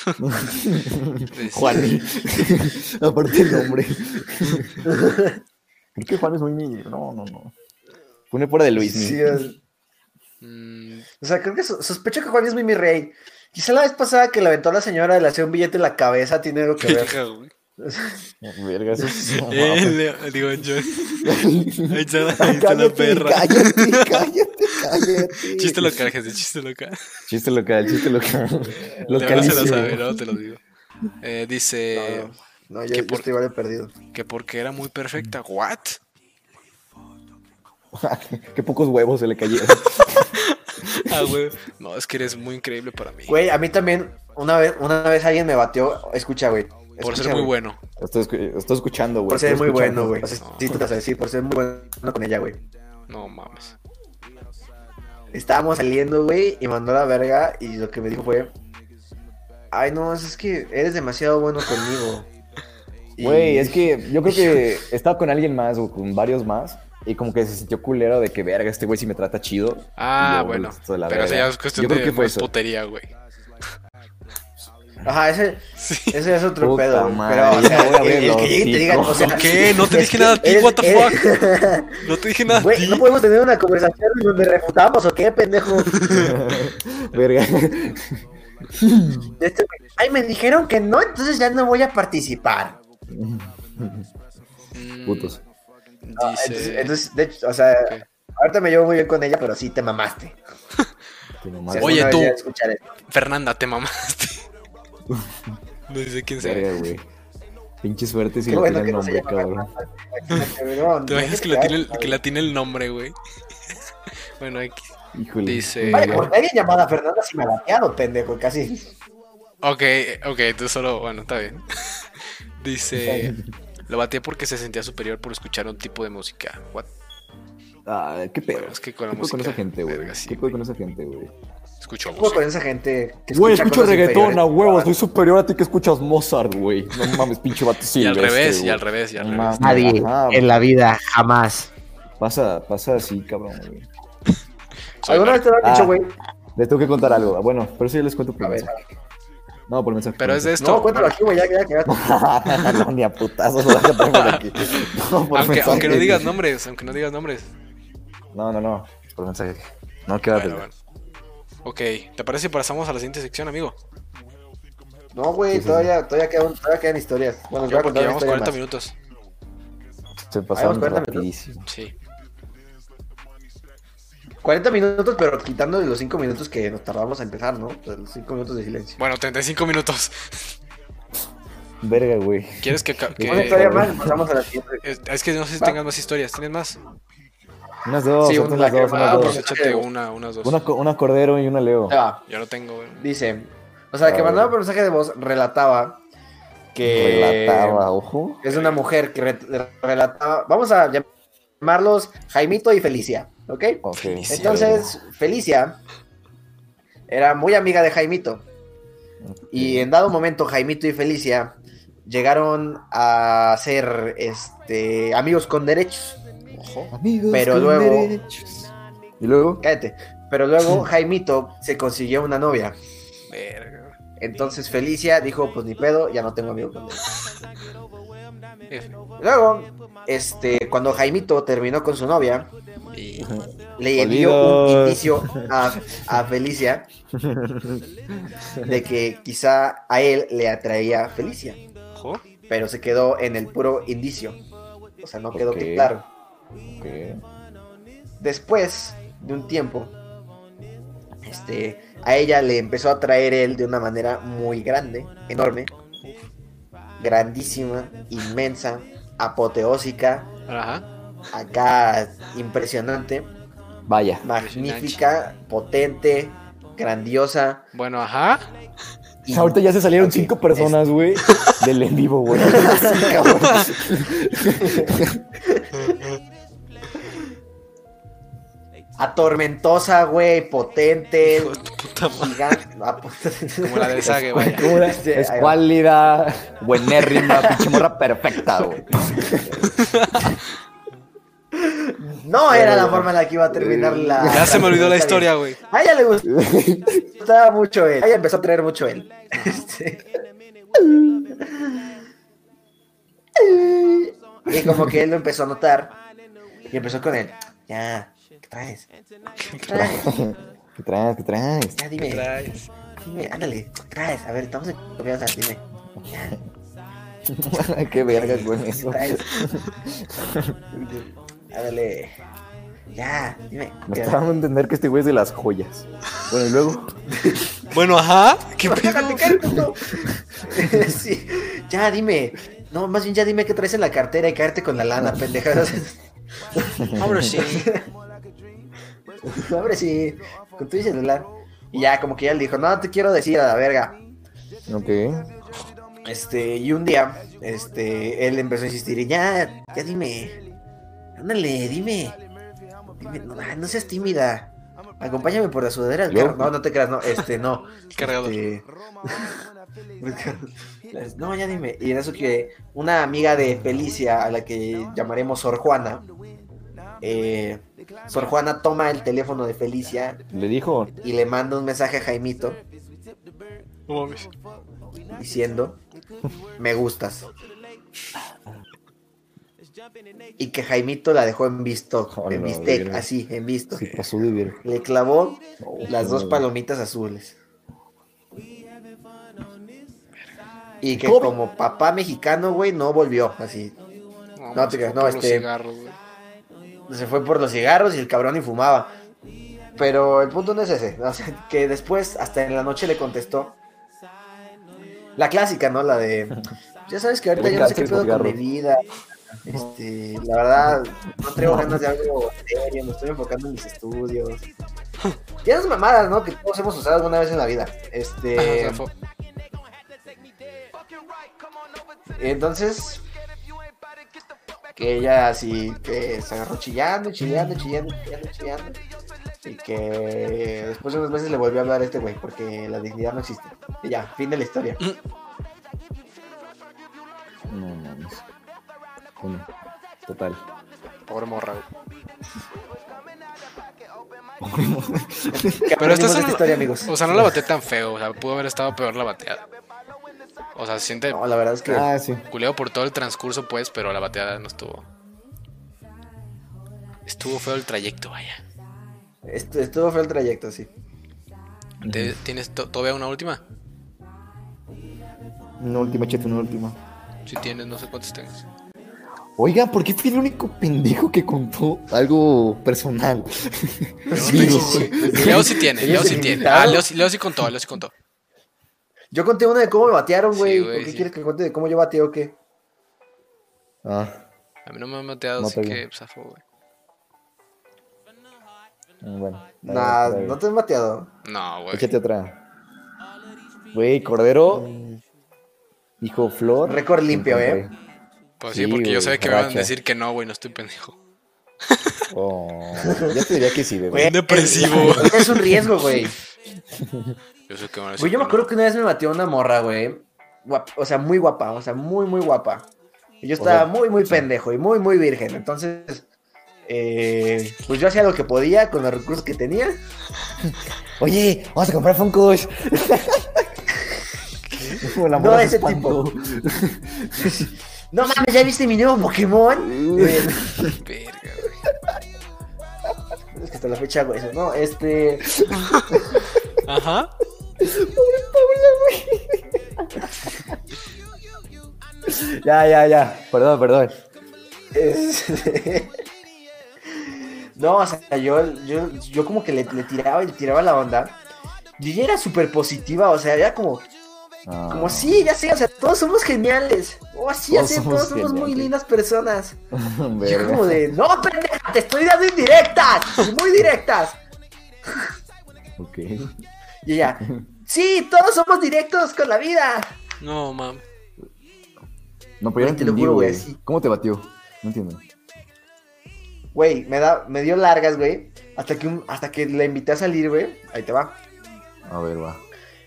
A: Juan. [LAUGHS] Aparte el nombre. Creo que Juan es muy niño. No, no, no. Pone fuera de Luis.
D: Sí,
A: mi-
D: es-
C: Mm.
D: O sea, creo que so- sospecho que Juan es mi mi rey. Quizá la vez pasada que le aventó a la señora, le hacía un billete en la cabeza, tiene algo
C: [LAUGHS]
D: que ver.
A: Verga, eso es-
C: Eh,
A: no, mames.
C: Él,
A: [LAUGHS]
C: digo, yo. Ahí está, ahí está la
A: Cállate,
C: perra.
A: Cállate, cállate, cállate.
C: Chiste local, gente, chiste local.
A: Chiste local, chiste local.
C: De verdad se lo
A: Localísimo.
C: sabe, no te lo digo. Eh, dice
D: No, no, yo,
C: que
D: yo
C: por-
D: estoy igual de perdido.
C: que porque era muy perfecta. ¿What?
A: [LAUGHS] Qué pocos huevos se le cayeron.
C: Ah, güey. No, es que eres muy increíble para mí.
D: Güey, a mí también, una vez, una vez alguien me bateó, escucha, güey.
C: Por
D: escucha,
C: ser muy
D: güey,
C: bueno.
A: Estoy, escu- estoy escuchando, güey.
D: Por ser
A: estoy
D: muy bueno,
A: escuchando.
D: güey. O sea, sí, tú te sabes, sí, por ser muy bueno con ella, güey.
C: No mames.
D: Estábamos saliendo, güey, y mandó la verga y lo que me dijo fue, ay, no, es que eres demasiado bueno conmigo. Y-
A: Güey, es que yo creo
D: [LAUGHS]
A: que estaba con alguien más o con varios más y como que se sintió culero de que verga, este güey si me trata chido.
C: Ah,
A: Y yo,
C: bueno.
A: esto de la
C: Pero eso
A: verga.
C: ya es cuestión
A: Yo creo
C: de
A: que fue
C: más
A: eso.
C: putería, güey.
D: Ajá, ese, ese es otro
A: Puta
D: pedo. güey,
A: madre,
D: Pero, o
A: ya
D: sea,
A: me voy a
D: el,
A: abrir
D: el
A: los
D: que llegue y te diga,
A: hocicos.
D: o sea, [LAUGHS]
C: ¿Qué? No te dije nada a ti,
D: eres-
C: what the
D: eres-
C: No te dije nada. a
D: [LAUGHS] Güey,
C: ti.
D: ¿no podemos tener una conversación en donde refutamos o qué, pendejo?
A: [LAUGHS] Verga.
D: De este- Ay, me dijeron que no, entonces ya no voy a participar.
C: Mm,
A: Putos.
D: Entonces,
C: Dice.
D: entonces, de hecho, o sea,
C: Ok.
D: ahorita me llevo muy bien con ella, pero sí te mamaste.
A: Qué
D: O
A: mamada.
D: sea,
C: Oye,
D: alguna vez
C: tú.
D: llegas a escuchar esto.
C: Fernanda, te mamaste. [LAUGHS] No dice quién sea.
A: Verga, güey. Pinche suerte si
D: Qué
A: le
D: bueno
A: tiene
D: que
A: el
D: no se
A: nombre,
D: llama
A: cabrón.
D: Rafa.
C: [LAUGHS]
D: Cabrón,
C: ¿Te imaginas que la tiene, el- que la tiene el nombre, güey? [LAUGHS] bueno, aquí.
A: Híjole.
C: Dice-
D: Vaya, porque alguien llamada Fernanda si me ha bateado, pendejo, casi.
C: Ok, ok, tú solo. Bueno, está bien. [LAUGHS] Dice. Lo bateé porque se sentía superior por escuchar un tipo de música. What?
A: Ah, qué pedo.
C: Bueno, es que con la
A: ¿Qué pedo
C: música.
A: con esa gente, güey?
C: verga, sí,
A: ¿Qué pedo
C: güey.
A: con esa gente, güey?
C: Escucho
D: ¿Qué puedo con
C: música.
D: esa gente que
A: Güey,
D: escucha
A: escucho
D: cosas
A: reggaetón a
D: inferiores?
A: huevos, soy superior a ti que escuchas Mozart, güey. No mames, pinche vato
C: Y al
A: silvestre,
C: revés, y
A: güey.
C: al revés, y al
A: No mames,
C: revés.
H: Nadie
A: ajá,
H: en la vida jamás.
A: Pasa, pasa así, cabrón, güey.
C: Soy
D: ¿Alguna vez te lo han dicho,
A: Ah.
D: güey?
A: Les tengo que contar algo. Bueno, pero eso yo les cuento por
D: A ver.
A: mensaje. No, por mensaje.
C: Pero
A: por
C: es de
A: mensaje.
C: esto.
D: No, cuéntalo aquí, güey, ya, ya, ya.
A: [LAUGHS] no, ni a putazos lo vas a traer por
D: [LAUGHS]
A: aquí. No, por
C: aunque,
A: mensaje.
C: aunque no digas nombres, aunque no digas nombres.
A: No, no, no. Por mensaje. No, qué
C: Bueno,
A: va
C: bueno. Ok, ¿te parece si pasamos a la siguiente sección, amigo?
A: Pues
D: No, güey, todavía, todavía, quedan, todavía quedan historias. Bueno, les voy
C: Yo
D: a
C: porque
D: contar una
C: llevamos
D: historia
C: 40
D: más.
C: minutos.
A: Se pasaron
D: cuéntame, ¿no?
A: rapidísimo.
C: Sí.
D: 40 minutos, pero quitándole los 5 minutos que nos tardamos a empezar, ¿no? O sea, Los 5 minutos de silencio.
C: Bueno, 35 minutos.
A: Verga, güey.
C: ¿Quieres que.? ca- que-
D: Una historia más, pasamos a la siguiente.
C: es, es que no sé si
D: Va.
C: tengas más historias. ¿Tienes más?
A: Unas dos,
D: Sí,
A: otras
D: una
A: las dos,
D: que-
A: unas
D: ah,
C: Ah,
A: dos.
C: pues échate una, unas dos.
A: Una, co- una Cordero y una Leo.
D: Ya va.
C: Yo no tengo, güey.
D: Dice, o sea, la que
A: Ah,
D: mandaba
A: bueno.
D: por mensaje de voz relataba que
A: Relataba, ojo.
D: es una mujer que re- relataba, vamos a llamarlos Jaimito y Felicia, ¿ok?
A: Ok.
D: Entonces, Felicia era muy amiga de Jaimito y en dado momento Jaimito y Felicia llegaron a ser este amigos con derechos.
A: Amigos
D: Pero
A: con
D: luego-
A: derechos. Y luego.
D: Cállate.
A: [LAUGHS]
D: Pero luego Jaimito se consiguió una novia.
C: Verga.
D: Entonces Felicia dijo, pues ni pedo, ya no tengo amigos con derechos.
A: Eh.
C: F.
D: Luego, este, cuando Jaimito terminó con su novia,
C: Y-
D: le dio
A: Olvidos.
D: un indicio a, a Felicia de que quizá a él le atraía Felicia,
C: Ojo.
D: pero se quedó en el puro indicio. O sea, no quedó
A: Ok.
D: que claro.
A: Ok.
D: Después de un tiempo, este, a ella le empezó a atraer él de una manera muy grande, enorme, grandísima, inmensa, apoteósica,
C: Ajá.
D: acá impresionante.
A: Vaya.
D: magnífica, potente, grandiosa.
C: Bueno, ajá.
D: y-
A: Ahorita ya se salieron
D: Ok,
A: cinco personas, güey, del en vivo,
D: [LAUGHS]
A: güey.
D: Atormentosa, güey, potente,
C: Hijo de tu puta madre.
D: gigante. ah, puta.
C: [LAUGHS] Como la de Sage, vaya.
A: Como una-
D: Sí, Este, ahí
A: es
D: va.
A: cuálida, [LAUGHS] buenérrima, pinche morra perfecta, güey.
D: No era
A: Eh,
D: la forma en la que iba a terminar la.
C: Ya se me olvidó la historia, güey.
D: A ella le
A: [LAUGHS]
D: gustaba mucho él. A ella empezó a traer mucho él. Este. [LAUGHS] Y como que él lo empezó a notar. Y empezó con él. Ya, ¿qué traes? ¿Qué traes?
A: [LAUGHS] ¿Qué traes? ¿Qué traes? [LAUGHS]
D: Ya dime.
C: Traes.
D: Dime, ándale, traes, a ver, estamos en confianza, dime.
A: Qué verga con Pues, eso. [LAUGHS]
D: Traes. ándale. Ya, dime.
A: Me
D: ¿qué-
A: está dando a entender que este güey es de las joyas. Bueno, y luego.
C: Bueno, ajá. ¿Qué
D: Vas a
C: pedo?
D: platicar, puto. [LAUGHS] sí. Ya, dime. No, más bien ya dime qué traes en la cartera y caerte con la lana, [LAUGHS] pendeja.
C: Hombre, sí.
D: Abre sí, con tu celular. Y ya, como que ya le dijo, no, te quiero decir a la verga.
A: Ok.
D: Este, y un día, este, él empezó a insistir, y ya, ya dime, ándale, dime, Dime, no, ay, no seas tímida, acompáñame por la sudadera del
A: ¿Yo?
D: carro. No, no te creas, no, este, no.
C: Cargador.
D: Este, [LAUGHS] no, ya dime. Y en eso que una amiga de Felicia, a la que llamaremos Sor Juana, eh, Sor Juana toma el teléfono de Felicia
A: Le dijo.
D: y le manda un mensaje a Jaimito
C: No mames.
D: diciendo me gustas. Y que Jaimito la dejó en visto,
A: Hola,
D: en bistec,
A: verga.
D: así, en visto.
A: Se pasó de ver.
D: Le clavó
A: No,
D: las dos
A: pues. no.
D: palomitas azules. Y que
A: ¿Cómo?
D: como papá mexicano, güey, no volvió, así.
C: mames,
D: te creas,
C: fue
D: no,
C: por los
D: este-
C: cigarros, güey. Ah,
D: se fue por los cigarros y el cabrón y fumaba. Pero el punto no es ese. ¿no? O sea, que después, hasta en la noche le contestó La clásica, ¿no? La de. Ya sabes que ahorita
A: Me
D: yo no sé qué
A: encanta el
D: pedo con mi
A: cigarro.
D: vida. Este, la verdad, no traigo ganas de algo serio, me estoy enfocando en mis estudios. Y esas mamadas, ¿no? Que todos hemos usado alguna vez en la vida. Este.
C: Ajá, o sea, fo-
D: Entonces, que ella así que se agarró chillando, chillando, chillando, chillando, chillando. Y que después de unos meses le volvió a hablar a este güey, porque la dignidad no existe. Y ya, fin de la historia.
A: No mames. Bueno, total.
C: Pobre morra, güey.
D: ¿Qué
C: Pero esta
D: aprendimos
C: es
D: de
C: una-
D: esta historia, amigos.
C: O sea, no la bateé tan feo. O sea, pudo haber estado peor la bateada. O sea, se siente
D: No, la verdad es que
A: Ah, sí.
C: culeo por todo el transcurso, pues, pero la bateada no estuvo. Estuvo feo el trayecto, vaya.
D: est- estuvo feo el trayecto, sí.
C: ¿Te- ¿Tienes to- todavía una última?
A: Una última, chete, una última.
C: Si tienes, no sé cuántas tengas.
A: Oigan, ¿por qué fui el único pendejo que contó algo personal? [LAUGHS] Digo,
C: Leo sí tiene, Leo sí
D: Eres
C: tiene.
D: invitado.
C: Ah, Leo sí, Leo sí contó, Leo sí contó.
D: Yo conté una de cómo me batearon,
C: Sí,
D: güey.
C: güey,
D: ¿Por qué
C: sí.
D: quieres que cuente de cómo yo bateo o qué?
A: Ah,
C: A mí no me han bateado,
A: No
C: así
A: te vi.
C: que pues, zafo, güey.
A: Ah, bueno.
C: Ah,
D: Nah,
A: dale,
D: no
A: dale.
D: te han bateado.
C: No, güey.
A: Échate otra. Güey, Cordero. Hijo Flor.
D: Récord limpio, ¿eh?
C: Pues sí,
A: Sí,
C: porque yo
A: güey,
C: sabía que me van a
A: racha.
C: decir que no, güey, no estoy pendejo.
A: Oh, yo te diría que sí, bebé.
D: Güey,
C: depresivo.
D: Es un
C: [LAUGHS]
D: riesgo, güey.
C: Yo sé que me van a decir
D: Güey, yo me
C: que no.
D: acuerdo que una vez me batió una morra, güey. Guap- o sea, muy guapa, o sea, muy, muy guapa. Y yo
A: O
D: estaba
A: sea,
D: muy, muy pendejo y muy, muy virgen. Entonces, eh, pues yo hacía lo que podía con los recursos que tenía.
A: Oye, vamos a comprar Funkos. No, la
D: No,
A: morra se
D: ese
A: espantó.
D: [LAUGHS] No mames, ¿ya viste mi nuevo
A: [LAUGHS]
D: Pokémon? Eh,
C: Verga, güey.
D: es que hasta la fecha hago eso, ¿no? Este.
C: Ajá.
A: Ya, ya, ya. Perdón, perdón.
D: Este, [LAUGHS] No, o sea, yo, yo, yo como que le, le tiraba y le tiraba la onda. Y ella era súper positiva, o sea, era como,
A: Ah,
D: como sí, ya sé, o sea, todos somos geniales. Oh, sí, ya
A: Todos
D: sé,
A: somos
D: todos somos muy
A: geniales.
D: lindas personas. Y yo
A: verga.
D: como de, no, pendeja, te estoy dando indirectas, [LAUGHS] muy directas.
A: Ok.
D: Y ella, sí, todos somos directos con la vida.
C: No, mames.
A: No, pero yo no
D: Güey, te lo
A: entendí,
D: juro, güey,
A: güey.
D: sí.
A: ¿Cómo te batió? No entiendo.
D: Güey, me, da, me dio largas, güey, hasta que, un- hasta que la invité a salir, güey. Ahí te va.
A: A ver, va.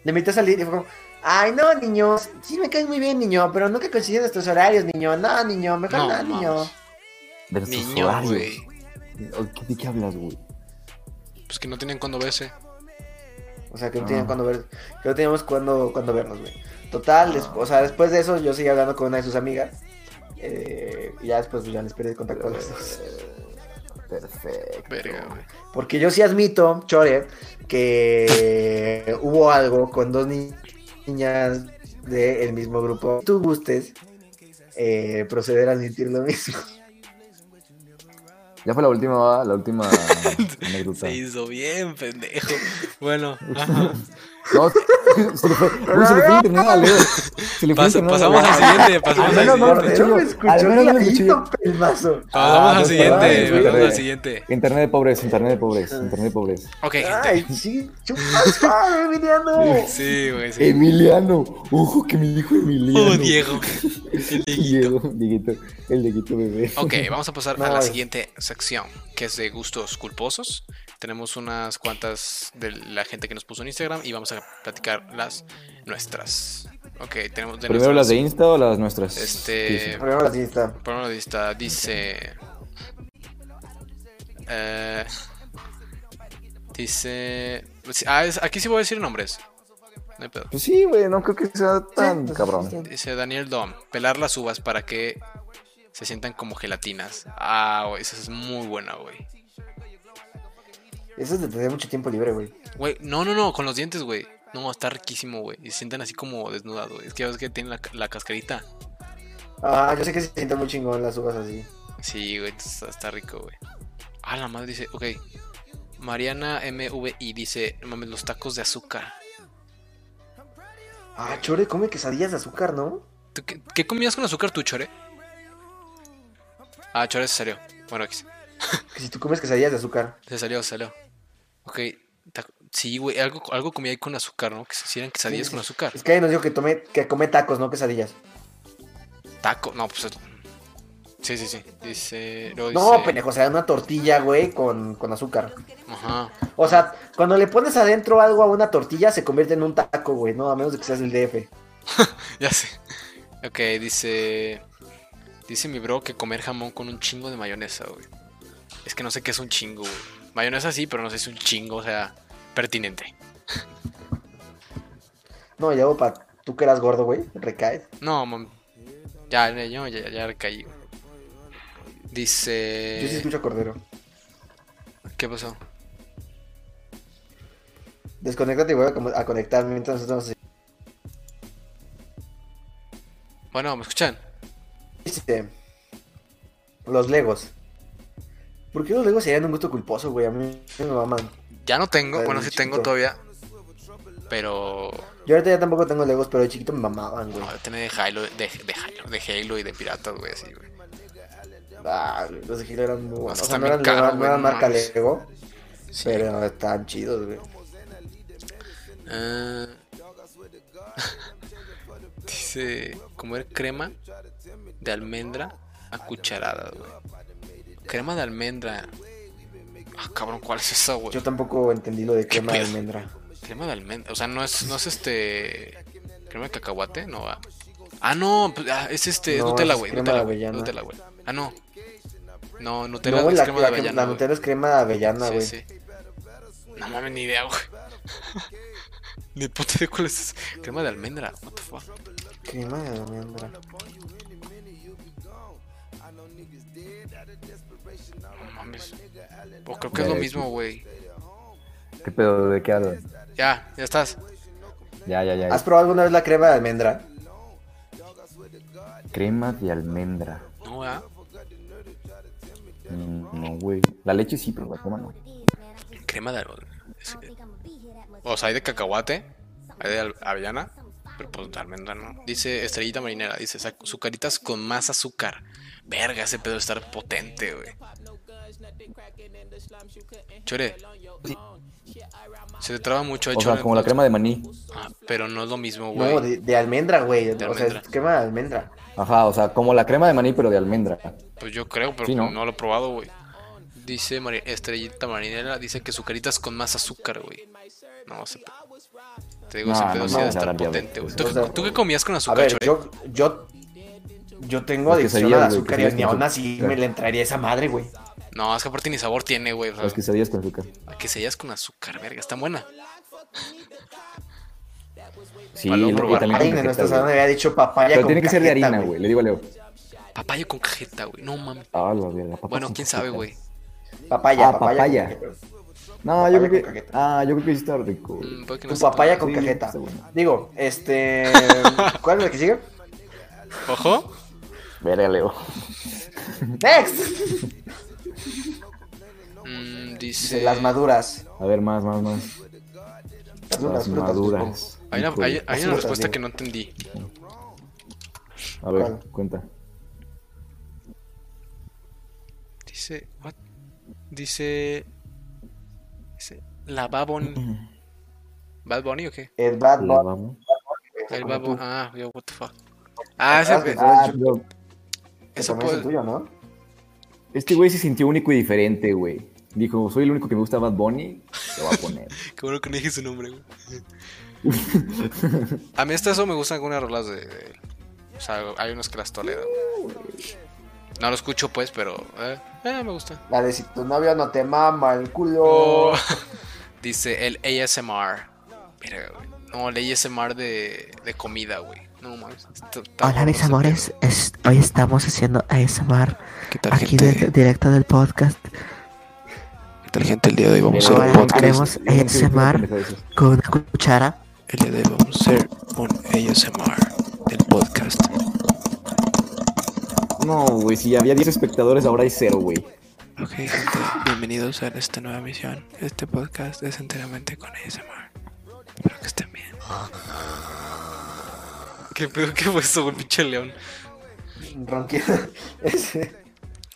D: Le invité a salir y fue como, ay, no, niños, sí me caes muy bien, niño, pero nunca coinciden nuestros horarios, niño. No, niño, mejor
C: No,
D: no, niño.
C: mames.
A: De los
C: Niño,
A: usuarios.
C: güey.
A: ¿Qué- ¿De qué hablas, güey?
C: Pues que no tienen cuando verse.
D: O sea, que no
A: Ah.
D: tenían cuando ver, que no teníamos cuando, cuando vernos, güey. Total, des- o sea, después de eso yo seguí hablando con una de sus amigas. eh, y ya después pues, ya les perdí el contacto a las dos.
A: Eh. Perfecto.
C: Verga, güey.
D: Porque yo sí admito, Chore, que [LAUGHS] hubo algo con dos ni- niñas del mismo grupo. Si tú gustes eh, proceder a admitir
A: [LAUGHS]
D: lo mismo.
A: Ya fue la última, ¿va? la última anécdota.
C: Se hizo bien, pendejo. Bueno, ajá.
A: No, [LAUGHS] se le fue, uy, se le fue internet a Leo. Se le fue
C: Pasa-
A: internet
C: pasamos al siguiente, pasamos al
A: menos no me
C: siguiente.
A: escuché yo.
D: Cordero me
A: Al menos
D: escuchó
A: no me escuché
D: clarito,
A: yo.
D: pelmazo.
C: Pasamos
A: Ah,
C: al
A: pues,
C: siguiente,
A: perdón, güey.
C: pasamos al siguiente.
A: Internet de pobres, internet de pobres, internet de pobres.
C: Ok, gente.
D: Ay, sí, chupas [LAUGHS] padre, Emiliano.
C: Sí, güey, sí.
A: Emiliano, ojo que mi hijo Emiliano.
C: Oh, Diego. El Dieguito.
A: Diego, Dieguito, el Dieguito bebé.
C: Ok, vamos a pasar a
D: No,
C: la
D: güey.
C: siguiente sección, que es de gustos culposos. Tenemos unas cuantas de la gente que nos puso en Instagram y vamos a platicar las nuestras. Ok, tenemos de
A: Primero las
C: nuestras-
A: de Insta o las nuestras.
C: Este,
D: Primero la cita.
C: por una lista dice. eh, dice. Ah, es- aquí sí voy a decir nombres. No hay pedo.
A: Pues sí, güey, no creo que sea tan
D: pues,
A: cabrón.
C: Dice Daniel Dom: pelar las uvas para que se sientan como gelatinas. Ah, güey, esa es muy buena, güey.
D: Eso es de tener mucho tiempo libre, güey.
C: Güey, no, no, no, con los dientes, güey. No, está riquísimo, güey. Y se sientan así como desnudas, güey. Es que ya ves que tienen la, la cascarita.
D: Ah, yo sé que se sienten muy chingón las uvas así.
C: Sí, güey, está, está rico, güey. Ah, la madre dice, ok. Mariana MVI dice, no mames, los tacos de azúcar.
D: Ah, Chore come quesadillas de azúcar, ¿no?
C: ¿Tú qué, qué comías con azúcar tú, Chore? Ah, Chore se salió. Bueno, X.
D: Que si tú comes quesadillas de azúcar.
C: Se salió, se salió. Ok. ta- Sí, güey, algo, algo comía ahí con azúcar, ¿no? Que se hicieran quesadillas
D: sí,
C: con azúcar.
D: Es que ahí nos dijo que, tome, que come tacos, no quesadillas.
C: Taco, no, pues. es- Sí, sí, sí. Dice. luego
D: No,
C: dice-
D: pendejo, o sea, una tortilla, güey, con, con azúcar.
C: Ajá.
D: O sea, cuando le pones adentro algo a una tortilla, se convierte en un taco, güey, ¿no? A menos de que seas el DF.
C: Ya sé. Ok, dice. Dice mi bro que comer jamón con un chingo de mayonesa, güey. Es que no sé qué es un chingo, güey. Mayonesa sí, pero no sé si es un chingo, o sea, pertinente.
D: No, ya, opa, tú que eras gordo, güey, recaes.
C: No, mam. Ya, ya, ya, ya, ya recaí, güey. Dice.
D: Yo sí escucho a Cordero.
C: ¿Qué pasó?
D: Desconéctate y voy a, com- a conectarme mientras nosotros nos...
C: Bueno, ¿me escuchan?
D: Dice, Este, Los Legos. ¿Por qué los Legos serían un gusto culposo, güey? A mí me maman.
C: Ya no tengo,
D: Ay,
C: bueno, sí
D: mi
C: tengo
D: chiquito.
C: todavía. Pero.
D: Yo ahorita ya tampoco tengo Legos, pero de chiquito me mamaban, güey.
C: No, yo tenía de Halo, de, de Halo, de Halo y de Piratas, güey, así, güey.
D: Ah, güey, los de Halo eran muy buenos. O sea,
C: están
D: no
C: bien
D: eran,
C: caros,
D: no
C: güey,
D: eran
C: no
D: marca
C: mames.
D: Lego,
C: Sí.
D: pero estaban chidos, güey.
C: Ah. [LAUGHS] Dice comer crema de almendra a cucharadas, güey. Crema de almendra. Ah, cabrón, ¿cuál es esa, güey?
D: Yo tampoco entendí lo de
C: ¿Qué
D: crema de
C: pedo?
D: almendra.
C: Crema de almendra, o sea, no es, no es este crema de cacahuate, no va. Ah, no, pues, ah, es este, es
D: No,
C: Nutella,
D: es
C: güey,
D: crema
C: Nutella,
D: de
C: güey,
D: avellana.
C: Nutella, güey. Ah, no. No, Nutella
D: No,
C: es
D: la,
C: crema
D: la-
C: de avellana.
D: la
C: güey.
D: Nutella es crema de avellana, güey.
C: Sí, sí. No mames, ni idea, güey. [LAUGHS] ni puta idea cuál es. esa. Crema de almendra. What the fuck.
D: Crema de almendra.
C: No mames. O Pues creo que es lo
A: Ya,
C: mismo, güey.
A: ¿Qué pedo? ¿De qué hablan?
C: Ya, ya estás.
A: Ya, ya, ya.
D: ¿Has probado alguna vez la crema de almendra?
A: Crema de almendra.
C: No, ah, ¿verdad?
A: Mm, No, güey. La leche sí, pero la crema no.
C: Crema de almendra. O sea, hay de cacahuate. Hay de al- avellana. Pero pues de almendra no. Dice estrellita marinera. Dice sac- azucaritas con más azúcar. Verga, ese pedo de estar potente, güey. Chore. Se te traba mucho, eh,
A: O sea,
C: Chore,
A: como la
C: entonces-
A: crema de maní.
C: Ah, pero no es lo mismo, güey.
D: No, de, de almendra, güey. O sea,
C: almendra.
D: es crema de almendra.
A: Ajá, o sea, como la crema de maní, pero de almendra.
C: Pues yo creo, pero
A: Sí,
C: no.
A: ¿no?
C: lo he probado, güey. Dice Mari- Estrellita Marinera, dice que su carita es con más azúcar, güey. No, se... te digo,
A: No,
C: ese
A: no
C: pedo
A: mames,
C: sí debe estar
A: ahora ya
C: potente, güey.
A: ves.
C: ¿Tú,
D: O
C: qué-
D: sea,
C: tú qué comías con
D: A
C: azúcar,
D: ver,
C: Chore?
D: yo, yo, yo tengo
A: Las
D: adicción
A: quesadillas,
D: al
A: güey,
D: azúcar y
A: quesadillas
D: ni
A: con
D: aún así
A: azúcar.
D: me le entraría esa madre, güey.
C: No, es que aparte ni sabor tiene, güey. O sea,
A: Las quesadillas con azúcar.
C: a que sellas con azúcar, verga, está buena.
A: Sí,
C: Para no
A: y
C: probar.
A: también con
D: Harina, no
A: cajeta,
D: estás hablando,
A: güey.
D: había dicho papaya
A: Pero
D: con
A: tiene que ser de
D: cajeta,
A: harina, güey. Le digo a Leo.
C: Papaya con cajeta, güey. No mames.
A: Ah, la verga. papá
C: Bueno,
A: con
C: quién sabe,
A: cajeta.
C: güey.
D: Papaya,
A: Ah,
D: papaya.
A: papaya.
D: con cajeta.
A: No, yo
D: Papaya
A: creo
D: con
A: que.
D: cajeta.
A: Ah, yo creo que sí está rico. güey.
C: Mm, puede que no
D: Tu
C: sea tan-
D: papaya con
A: Sí,
D: cajeta.
A: está bueno.
D: Digo,
C: [LAUGHS]
D: este. ¿Cuál es la que sigue?
C: Ojo.
A: Verga, Leo.
D: ¡Next!
C: Mm,
D: Dice,
C: dice.
D: Las maduras.
A: A ver, más, más, más.
D: Las
A: Las
D: maduras.
A: maduras.
C: Hay una,
A: Híjole.
C: hay- hay una
D: Azúcar,
C: respuesta
D: digo.
C: que no entendí.
A: A ver,
D: ¿Cuál?
A: cuenta.
C: Dice. What? Dice. Dice. La Bad Bunny. ¿Bad Bunny o qué?
D: El Bad
A: La
D: Bunny.
A: vamos.
C: El Bad Bunny. Ah, yo, what the fuck. Ah, ese,
D: que-
A: Ah, pero
C: eso
D: Eso también es el
C: puede-
D: tuyo, ¿no?
A: Este güey se sintió único y diferente, güey. Dijo, soy el único que me gusta Bad Bunny. Lo voy a poner.
C: Qué bueno que no dije su nombre, güey. A mí hasta eso me gustan algunas rolas de, de- O sea, hay unos que las tolero. No lo escucho, pues, pero... Eh, eh, me gusta.
D: La de si tu novio no te mama el culo.
C: Oh, [LAUGHS] dice el ASMR. Mira, güey. No, el ASMR de, de comida, güey. No, mames. Está- está
G: Hola
C: bueno
G: mis
C: ese
G: amores, Es- hoy estamos haciendo ASMR
C: pedo. ¿Qué tal,
G: aquí
C: gente?
G: de- directo del podcast
C: ¿Qué tal, gente? El día de hoy vamos a
G: Pero
A: Pero
C: hacer
G: bueno,
C: un
A: no
C: podcast.
G: haremos
A: creo- no creo que sea
G: ASMR.
A: pendeja de esas.
G: con una cuchara.
C: El día de hoy vamos a hacer un ASMR del podcast.
A: No, güey, si había 10 espectadores, ahora hay 0, güey.
I: Ok, gente, bienvenidos a esta nueva misión. Este podcast es enteramente con ASMR. Espero que estén bien.
C: [LAUGHS] ¿Qué pedo que fue eso, un pinche león?
D: Ronquida. [LAUGHS] Ese-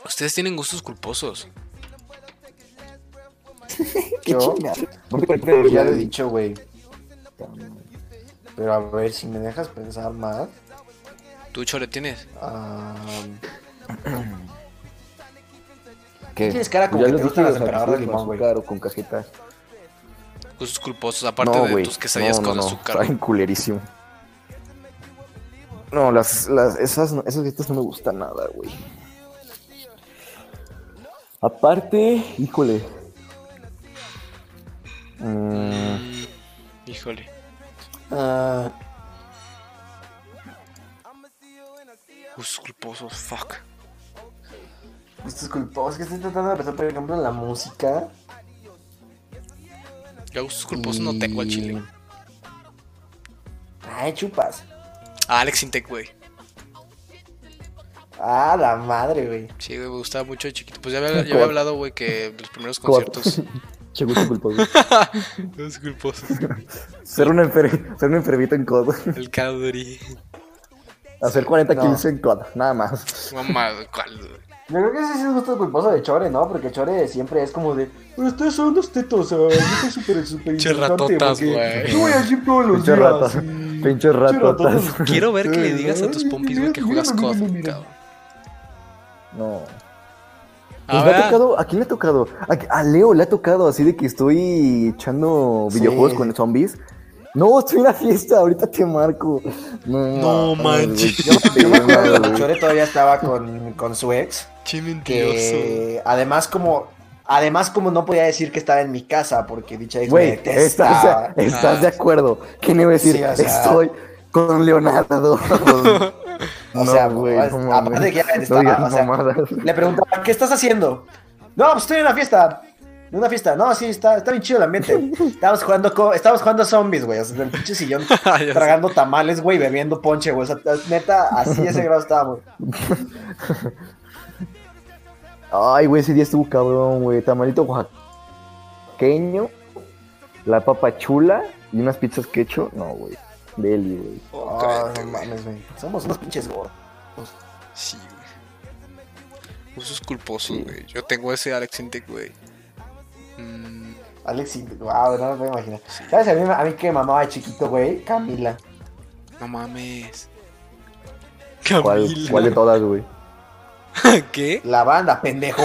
C: Ustedes tienen gustos culposos.
D: Yo
A: ¿Por qué
D: creo que Pues ya lo he
A: le di?
D: dicho, güey. Pero a ver, si me dejas pensar más.
C: ¿Tú, Chore, tienes?
D: ah,
A: ¿Qué?
D: Tienes cara como
A: Ya
D: que
A: les
D: te gustan
A: dije,
D: las
A: los
D: emperadoras
A: arroz
D: de
A: con
D: limón, güey.
A: azúcar o con cajeta.
C: Gustos culposos, aparte de
A: güey,
C: tus quesadillas
A: no,
C: con
A: no, no,
C: azúcar.
A: Saben culerísimo. No, las, las, esas, no- esas galletas no me gustan nada, güey. Aparte, híjole. Mm,
C: Mm, Híjole.
D: ah,
C: Gustos culposos, fuck.
D: Esto es culposo. Es que estoy tratando de pensar, por ejemplo, en la música.
C: Yo gustos culposos no tengo al
D: y-
C: chile.
D: Ay, chupas.
C: Ah, Alex Intec, güey.
D: Ah, la madre, güey.
C: Sí, güey, me gustaba mucho de chiquito. Pues ya había, ya había hablado, güey, que de los primeros
A: Corto.
C: conciertos.
A: che gusto culposo.
C: Gustos culposos.
A: ser, un enfer- ser un enfermito en codo.
C: El Cadbury.
A: Hacer 40
D: No.
A: kilos en codo, nada más.
C: Mamá, ¿cuál?
D: Yo creo que ese sí es gusto culposo de Chore, ¿no? Porque Chore siempre es como de, ustedes son unos tetos, ah, yo soy súper, súper
C: Che,
D: interesante,
C: ratotas,
D: porque
C: güey.
D: [LAUGHS] Yo voy al gym todos los
A: Pinches
D: días.
A: ratas.
D: y-
A: Pinches
D: Che,
A: ratotas.
C: Quiero ver que le digas a tus
D: Ay,
C: pompis,
D: mira,
C: güey, que
D: mira,
C: juegas
D: mira,
C: COD,
D: mira, mira.
C: cabrón.
A: No.
C: A
A: Pues le ha
C: ver,
A: tocado- ¿A quién le ha tocado? A, a Leo le ha tocado así de que estoy echando
D: Sí.
A: videojuegos con zombies. No, estoy en la fiesta, ahorita te marco. No, manches.
D: Yo me acuerdo cuando Chore todavía estaba con, con su ex,
C: che mentiroso.
D: que además como, además como no podía decir que estaba en mi casa, porque dicha ex me
A: Güey, estás, o [LAUGHS]
D: detestaba.
A: sea, estás
C: Ah.
A: de acuerdo. ¿Qué me iba a decir?
D: Sí, o sea.
A: Estoy con Leonardo.
D: [LAUGHS] O sea, pues,
A: no
D: aparte
A: mames.
D: de que ya
A: No
D: estaba,
A: digas
D: o sea,
A: mamadas.
D: Le preguntaba, ¿qué estás haciendo? No, pues estoy en una fiesta. En una fiesta. No, sí, está, está bien chido el ambiente. Estábamos jugando, co- estábamos jugando zombies, güey. O sea, en el
C: [LAUGHS]
D: pinche sillón,
C: Ah, Ya sé.
D: tragando tamales, güey, bebiendo ponche, güey. O sea, neta, así ese
C: [LAUGHS]
D: grado estábamos.
A: Ay, güey, ese día estuvo cabrón, güey. Tamalito oaxaqueño, la papa chula y unas pizzas quecho. No, güey. Deli, güey.
C: Oh,
D: Ah,
C: cállate,
D: no
C: güey.
D: mames, güey. Somos unos pinches gordos.
C: Sí, güey. Usos culposos, güey. Yo tengo ese Alex Intec, güey. Mm,
D: Alex, sí, wow, no me voy a imaginar. ¿Sabes? A mí, a mí que me mamaba de chiquito, güey. Camila.
C: no mames.
A: ¿Cuál,
C: Camila.
A: ¿Cuál de todas, güey?
C: [LAUGHS] ¿Qué?
D: La
A: [LAUGHS]
D: banda, pendejo.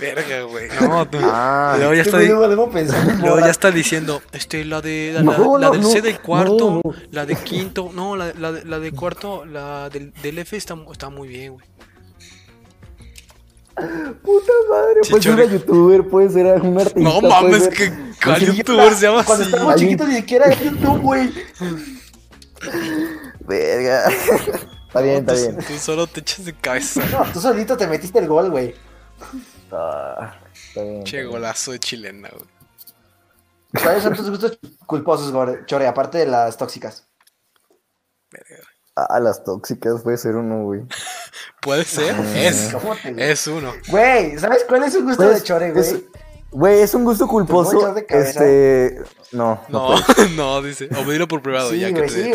C: Verga, güey. No, no.
A: Ah,
C: Luego ya
D: Este
C: está,
D: güey
C: di-
D: luego debo pensar
C: [LAUGHS]
D: en
C: luego
D: morra.
C: ya está diciendo, este, la de la,
A: No,
C: la-
A: no,
C: la del C
A: no,
C: del cuarto,
A: no, no.
C: la de quinto, no, la, la, de- la de cuarto, la del, del F está, mu- está muy bien, güey.
A: puta madre. Puede ser
C: Chichón.
A: una youtuber, puede ser algún artista.
C: No
A: puede
C: mames,
A: ser-
C: que
A: No sé,
C: ¿cuál
A: [LAUGHS]
C: youtuber se llama
D: Cuando
C: así?
D: estábamos
A: Ahí-
D: chiquitos ni siquiera era YouTube, güey.
A: Verga. [LAUGHS] está bien, está
C: tú, [LAUGHS]
A: bien.
C: tú solo te echas de cabeza.
D: No, tú solito te metiste el gol, güey.
A: Ah, está bien.
C: Che, golazo de chilena, güey.
D: ¿Cuáles son tus gustos culposos, Gore- Chore? Aparte de las tóxicas.
A: Ah, las tóxicas puede ser uno, güey.
C: Puede ser,
A: Ah,
C: es,
D: ¿Cómo te-
C: es uno.
D: Güey, ¿sabes cuál es un gusto
A: Pues,
D: de Chore,
A: es-
D: güey?
A: Güey, es un gusto
D: Te voy a
A: culposo.
D: echar de cabeza.
A: Este. No, no.
C: No, [LAUGHS] no, dice. O dilo por privado,
D: Sí,
C: ya, que
D: güey,
C: te,
D: sí,
C: te-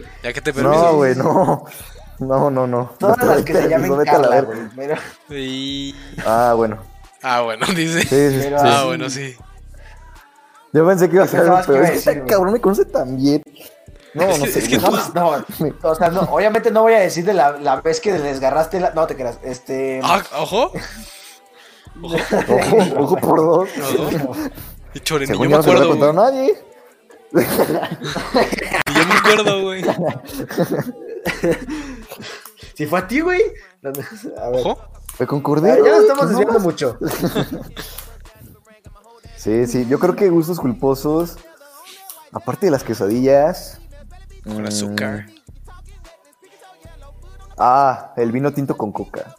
D: güey.
C: ya que te
A: No,
C: permiso.
A: güey, no. [LAUGHS] No, no, no.
D: Todas
A: No,
D: las que se
A: vete-
D: llamen
A: vete a la
D: Carla,
A: verga.
D: güey. Pero,
C: Y...
A: Ah, bueno.
C: Ah, bueno, [LAUGHS] dice.
A: Sí, sí, sí.
D: Pero-
C: Ah, bueno, sí.
A: Yo pensé que iba a
D: Yo
A: ser algo
D: pensaba que
A: peor.
D: iba a
A: Es que
D: decir,
A: este cabrón me conoce tan bien. No, no
C: [LAUGHS] Es que-
A: sé.
C: es que
A: güey.
C: tú-
D: no, o sea, no, obviamente no voy a decir de la, la vez que le desgarraste la... No, te creas, este... [LAUGHS]
C: Ah, ojo.
A: [LAUGHS] Ojo, ojo por dos.
C: No, no. Y Chore, ni yo
A: Según
C: me
A: yo no se lo había
C: acuerdo,
A: contado a
C: güey.
A: nadie.
C: Ni yo me acuerdo, güey.
D: Si fue a ti, güey. [LAUGHS] No, no, A ver.
C: Ojo.
A: Fue con
D: Ya
A: Cordero.
D: nos
A: güey,
D: estamos
A: que no.
D: desviando mucho.
A: Sí, sí. Yo creo que gustos culposos. Aparte de las quesadillas.
C: Con
A: mm,
C: azúcar.
A: Ah, el vino tinto con coca.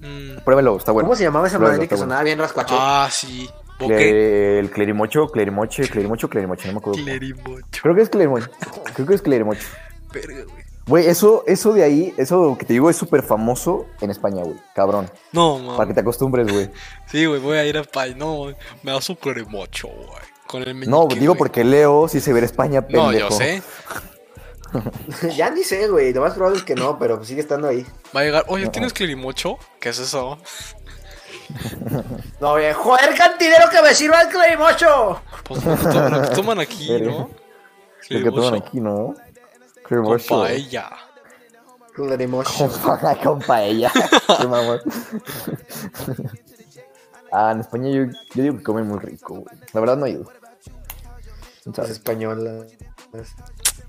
C: Mm.
A: Pruébelo, está bueno.
D: ¿Cómo se llamaba esa
A: Luego,
D: madre
A: está
D: que
A: bueno.
D: sonaba bien rascuacho?
C: Ah, sí. Boque.
A: Cle- El clerimocho, clerimoche, clerimocho, clerimoche, no me acuerdo.
C: Clerimocho.
A: Creo que es clerimocho. Creo que es clerimocho.
C: Verga, güey.
A: Güey, eso, eso de ahí, eso que te digo es súper famoso en España, güey. Cabrón.
C: No,
A: Para que
C: mames.
A: te acostumbres, güey.
C: Sí, güey, voy a ir a Pai. No, güey. me das un clerimocho, güey. Con el meñique,
A: No, digo
C: güey.
A: porque Leo sí se ve en España, pendejo.
C: No, yo sé.
D: [LAUGHS] ya ni sé, güey. Lo más probable es que no, pero pues sigue estando ahí.
C: Va a llegar, oye, ¿tienes Clirimocho? ¿Qué es eso?
D: No, bien. Joder, cantinero que me sirva el Claymocho.
C: Pues lo que to- lo que toman aquí, ¿no?
A: Lo que toman
C: Clirimocho.
A: aquí, ¿no?
C: Con
A: Cremoso. [LAUGHS]
C: paella.
D: Claymocho.
A: Con pa- con
C: [LAUGHS]
A: paella. Qué mamón. [LAUGHS] ah, en España yo, yo digo que comen muy rico, güey. La verdad no he ido. ¿Quién
D: Las
A: sabe?
D: españolas.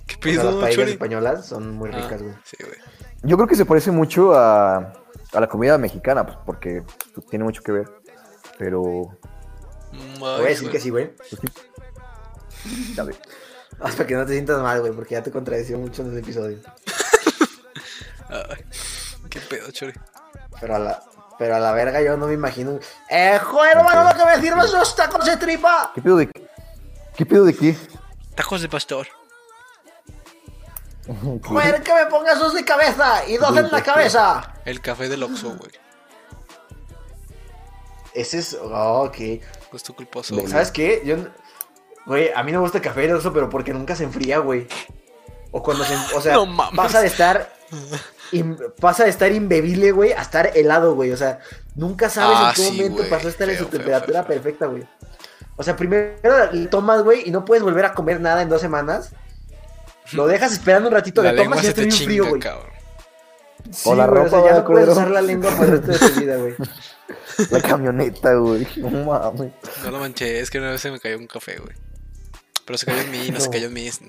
C: ¿Qué
D: O sea, las
C: pedo,
D: paellas
C: Chori?
D: españolas son muy
C: Ah,
D: ricas, güey.
C: Sí, güey.
A: Yo creo que se parece mucho a, a la comida mexicana, pues, porque pues, tiene mucho que ver. Pero,
D: Voy a
C: Ay,
D: decir
C: güey.
D: que sí, güey.
A: ya ves.
D: Hasta que no te sientas mal, güey, porque ya te contradeció mucho en el episodio.
C: Ay, ¿Qué pedo, Chori?
D: Pero a la, pero a la verga yo no me imagino. ¡Eh, joder, hermano, lo que me sirvas los tacos de tripa!
A: ¿Qué pedo de qué? ¿Qué pedo de qué?
I: Tacos de pastor.
D: ¡Joder, que me pongas dos de cabeza y dos en la cabeza!
C: El café del Oxxo, güey.
D: Ese es. Oh, ok.
C: Gusto culposo. güey.
D: ¿Sabes qué? Yo. n- Güey, a mí no me gusta el café de Oxxo, pero porque nunca se enfría, güey. O cuando se. O sea,
C: [LAUGHS] No mames.
D: pasa de estar. im- pasa de estar imbebible, güey, a estar helado, güey. O sea, nunca sabes
C: Ah,
D: en qué
C: sí,
D: momento
C: güey.
D: pasó a estar en
C: Feo,
D: su
C: feo,
D: temperatura
C: feo, feo.
D: perfecta, güey. O sea, primero le tomas, güey, y no puedes volver a comer nada en dos semanas. Lo dejas esperando un ratito,
C: La
D: le
C: lengua
D: tomas y ya
C: se
D: está
C: te
D: bien frío,
C: chinga,
D: güey.
C: cabrón.
D: Sí,
A: O la
D: güey, o
A: ropa,
D: sea,
A: va,
D: ya no puedes
A: culero.
D: usar la lengua por el resto de tu vida,
C: [LAUGHS]
D: güey.
A: La camioneta, güey. No mames.
C: No lo manché, es que una vez se me cayó un café, güey. Pero se cayó en mí, no, se cayó en mí.
A: Sí,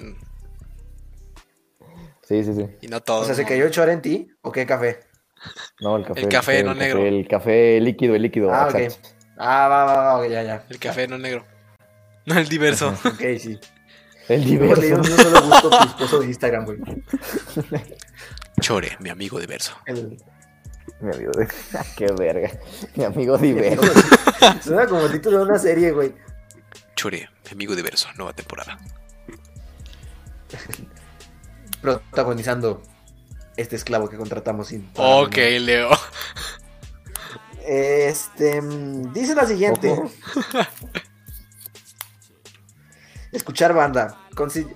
A: sí, sí.
C: Y no todo.
D: O sea, ¿se
C: ¿no?
D: cayó el chore en ti o qué café?
A: No, el café.
C: El café, no
A: el
C: negro.
A: el café líquido, el líquido.
D: Ah, ok.
A: exacto.
D: Ah, va, va, va, ok, ya, ya.
C: El café no negro. No, el diverso.
D: Ok, sí.
A: El
D: Hemos leído
A: diverso.
D: un solo gusto chisposo de Instagram, güey.
C: Chore, mi amigo diverso.
D: El-
A: Mi amigo de... [LAUGHS] Qué verga. Mi amigo diverso.
D: Suena como el título de una serie, güey.
C: Chore, mi amigo diverso, nueva temporada.
D: Protagonizando este esclavo que contratamos sin.
C: Ok, Leo.
D: Este. mm, Dice la siguiente:
A: Ojo.
D: [LAUGHS] Escuchar banda. Consi-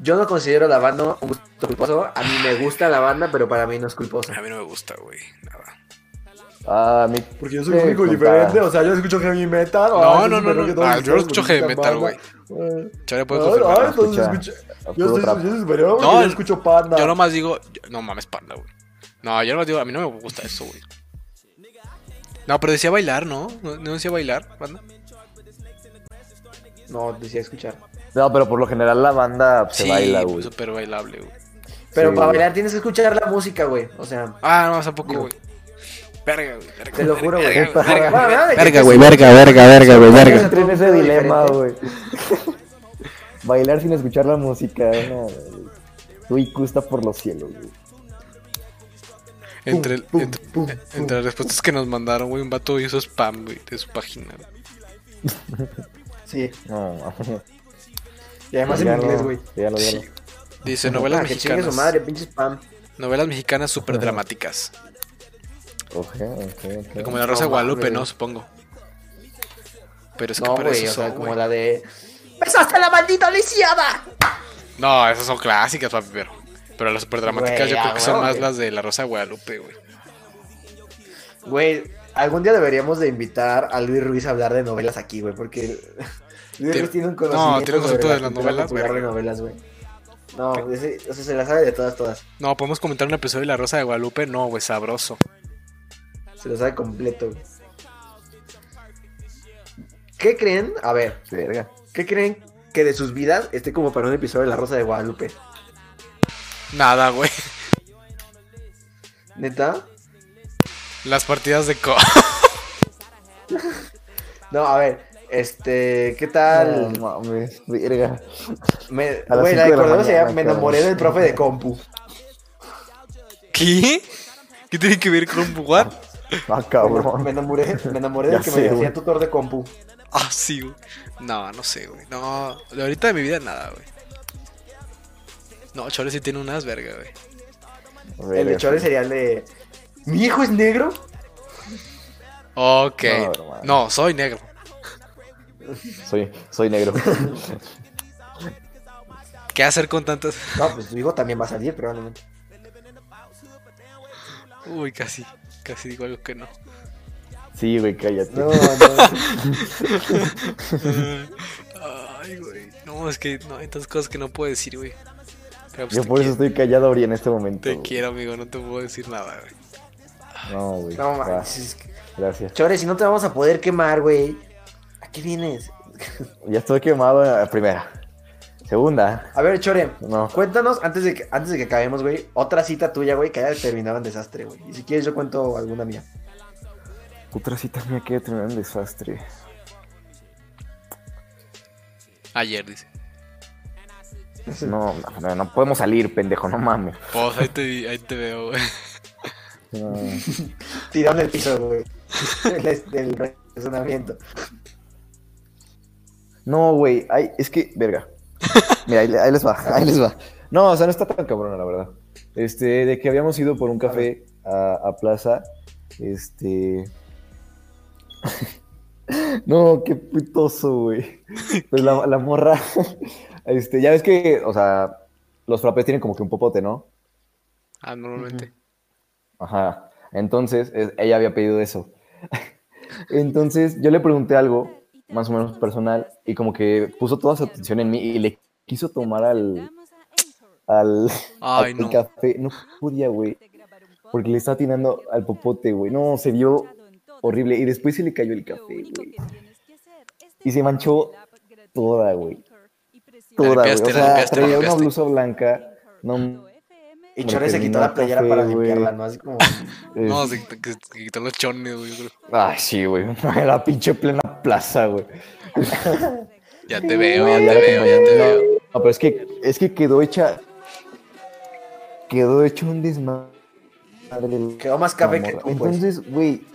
D: Yo no considero la banda un gusto culposo. A mí me gusta la banda, pero para mí no es culposo.
C: A mí no me gusta, güey. Nada.
A: Ah, mi...
D: Porque yo
A: soy el único diferente, o
D: sea, yo escucho heavy metal.
C: No, no, no, no. Ah, yo no escucho heavy metal, güey. Chore puede confirmar.
A: entonces escucha. Puro trap.
D: superior,
C: No, yo el- escucho
D: panda.
C: Yo nomás digo. yo- No mames, panda, güey. No, yo nomás digo, a mí no me gusta eso, güey. No, pero decía bailar, ¿no? ¿No, no decía bailar, banda?
D: No, decía escuchar.
A: No, pero por lo general la banda pues, se baila, güey.
C: súper bailable, güey.
D: Pero
A: Sí,
D: para
A: güey.
D: bailar tienes que escuchar la música, güey. O sea,
C: Ah, no, tampoco,
D: Digo.
C: güey. Verga, güey. verga,
D: te lo
C: verga,
D: juro, güey.
C: verga,
D: Bueno,
C: verga,
D: nada,
C: verga.
D: de que
F: Verga,
D: te-
F: güey, verga, verga, verga, güey,
A: Yo
F: verga.
A: entré en ese
D: Todo
A: dilema, güey. [LAUGHS]
D: diferente.
A: Bailar sin escuchar la música, no, güey. Tu IQ está por los cielos, güey.
C: Entre, el- entre- entre las respuestas que nos mandaron, güey, un vato hizo spam, güey, de su página. güey.
D: Sí,
A: No, mames.
D: y además en
A: Dígalo,
D: inglés, güey.
A: dígalo, dígalo.
C: Sí. Dice novelas
D: Ah, que chingue su
C: mexicanas.
D: madre, pinche spam.
C: Novelas mexicanas súper dramáticas.
A: Ok, ok, ok.
C: Como la Rosa de
D: No
C: Guadalupe,
D: mames.
C: ¿no? Supongo. Pero es que
D: No,
C: para
D: güey, o
C: eso
D: sea,
C: son,
D: como
C: güey.
D: la de... ¡Besaste a la maldita lisiada!
C: No, esas son clásicas, papi, pero. Pero las súper dramáticas
D: Güey,
C: yo creo
D: ah,
C: que son
D: güey.
C: más las de la Rosa de Guadalupe, güey.
D: Güey, algún día deberíamos de invitar a Luis Ruiz a hablar de novelas aquí, güey, porque [LAUGHS] Luis
C: Te-
D: Ruiz tiene un
C: no,
D: conocimiento
C: tiene concepto
D: sobre
C: de las
D: cultura
C: novelas,
D: popular
C: güey.
D: de novelas, güey. No, ese- o sea, se la sabe de todas, todas.
C: No, podemos comentar un episodio de la Rosa de Guadalupe. No, güey, sabroso.
D: Se lo sabe completo. güey. ¿Qué creen? A ver,
A: Verga.
D: ¿qué creen que de sus vidas esté como para un episodio de La Rosa de Guadalupe?
C: Nada, güey. [LAUGHS]
D: ¿Neta?
C: Las partidas de co.
D: No, a ver, este, ¿qué tal?
A: No, mames, verga.
D: Me,
A: A las
D: güey, la
A: cinco de la
D: de se llama
A: mañana,
D: Me enamoré
A: cabrón.
D: del profe de compu.
C: ¿Qué? ¿Qué tiene que ver con What?
A: Ah,
D: Me
A: [LAUGHS]
D: [LAUGHS]
A: cabrón.
D: enamoré, me enamoré del
A: Ya
D: que
A: sé,
D: me decía
A: güey.
D: tutor de compu.
C: Ah, sí, güey. No, no sé, güey. No, de ahorita de mi vida nada, güey. No, Chole sí tiene unas verga, güey.
D: El de Chore sería el de. ¿Mi hijo es negro?
C: Ok.
A: No, hermano.
C: No, soy negro.
A: Soy, soy
D: [LAUGHS]
A: negro.
C: ¿Qué hacer con tantas?
D: No, pues tu hijo también va a
A: [LAUGHS]
D: salir, probablemente.
C: Uy, casi, casi digo algo
A: [LAUGHS]
C: que no.
A: Sí, güey, cállate.
D: [LAUGHS] No, no.
C: Ay, güey. No, es que no, hay tantas cosas que no puedo decir, güey. Pero pues
A: Yo
C: te,
A: por eso
C: quiero,
A: estoy callado, Ori, en este momento.
C: te
A: güey.
C: quiero, amigo, no te puedo decir nada, güey.
A: No, güey.
D: No,
A: va,
D: manches, es que-
A: Gracias.
D: Chore, si no te vamos a poder quemar, güey. ¿A qué vienes?
A: Ya estoy quemado en la primera. Segunda.
D: A ver, Chore,
A: No.
D: cuéntanos, antes de, que, antes de que acabemos, güey, otra cita tuya, güey, que haya terminado en desastre, güey. Y si quieres, yo cuento alguna mía. [LAUGHS]
A: Otra cita mía que terminar en desastre.
C: Ayer, dice.
A: No, no, no podemos salir, pendejo, no mames.
C: Pues ahí te, vi- ahí te veo, güey. [LAUGHS]
A: No.
D: Tirado en el piso, güey. [LAUGHS] Del- Del razonamiento.
A: No, güey, ay, es que, verga. Mira, ahí, ahí les va, ahí les va. No, o sea, no está tan cabrona, la verdad. Este, de que habíamos ido por un café a, a plaza, este... [LAUGHS] no, qué putoso, güey. Pues la, la morra, [LAUGHS] este, ya ves que, o sea, los frappés tienen como que un popote, ¿no?
C: Ah, normalmente.
A: Ajá. Entonces, es- ella había pedido eso. [LAUGHS] Entonces, yo le pregunté algo, más o menos personal, y como que puso toda su atención en mí y le quiso tomar al, al,
C: Ay,
A: al
C: no.
A: café. No podía, güey. Porque le estaba atinando al popote, güey. No, se vio horrible. Y después se le cayó el café, güey. Y se manchó toda, güey. Toda, güey. O
C: limpiaste, la
A: sea,
C: limpiaste, la
A: traía una
C: limpiaste.
A: blusa blanca. No,
D: Y
A: Hombre,
D: Chore se quitó
A: terminó
D: la playera
A: café,
D: para
A: güey.
D: limpiarla, ¿no? Así como.
A: eh,
C: No, se, que- que quitó los chones, güey. yo creo.
A: Ah, sí, güey. [LAUGHS] La pinche plena plaza, güey.
C: Ya te veo,
A: No,
C: ya te veo, ya te
A: no,
C: veo.
A: No, pero es que, es que quedó hecha. Quedó hecho un desmadre.
D: Quedó más café que tú, pues.
A: Entonces, güey.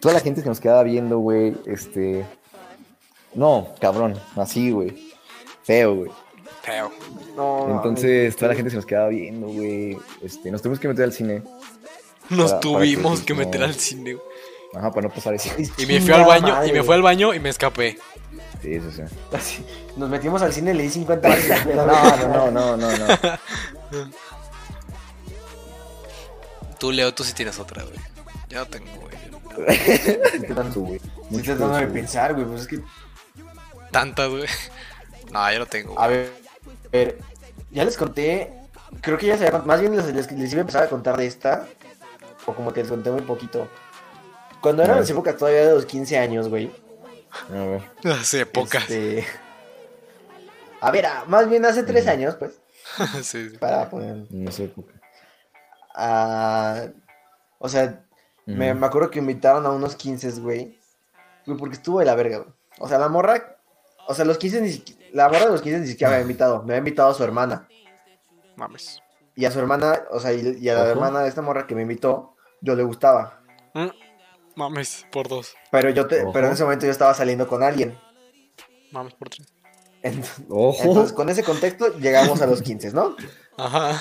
A: Toda la gente que nos quedaba viendo, güey. Este. No, cabrón. Así, güey. Feo, güey.
C: Feo.
D: No, no,
A: Entonces, toda la gente se nos quedaba viendo, güey. Este, nos tuvimos que meter al cine.
C: Nos
A: Para- para
C: tuvimos
A: que-
C: que meter
A: no.
C: al cine, güey.
A: Ajá, para no pasar eso. Sí,
C: Y me fui al
D: Chingada
C: baño, y
D: madre.
C: me fui al baño y me escapé.
A: sí, sí.
D: [LAUGHS] Así, Nos metimos al cine y le
A: [LAUGHS]
D: di 50 veces.
A: No,
D: No,
A: no, no, no.
C: Tú, Leo, tú sí tienes otra, güey. Yo no tengo, güey.
A: Tú, güey.
D: Estoy
A: Mucho
D: tratando de
A: tú, güey.
D: pensar, güey. Pues es que.
C: Tantas, güey. No, yo no tengo,
D: A
C: güey.
D: ver, a ver, ya les conté. Creo que ya se había cont- Más bien les, les, les iba a empezar a contar de esta. O como que les conté muy poquito. Cuando eran
A: A ver.
D: las épocas todavía de los 15 años, güey.
A: A ver.
C: Hace pocas.
D: este, [LAUGHS] A ver, ah, más bien hace 3
A: Ujú.
D: años, pues.
C: [LAUGHS] Sí, sí.
D: Para poner.
A: No sé. Ujú.
D: ah, o sea, Me, me acuerdo que invitaron a unos 15, güey. Güey, porque estuvo de la verga, güey. O sea, la morra. O sea, los 15 ni siquiera. La morra de los 15 ni siquiera me había invitado. Me había invitado a su hermana.
C: Mames.
D: Y a su hermana, o sea, y, y a la
A: Ojo.
D: hermana de esta morra que me invitó, yo le gustaba.
C: Mm, Mames, por dos.
D: Pero yo te,
A: Ojo.
D: pero en ese momento yo estaba saliendo con alguien. [LAUGHS]
C: Mames, por tres.
D: Ent-
A: Ojo.
D: Entonces, con ese contexto, llegamos a los 15, ¿no?
C: Ajá.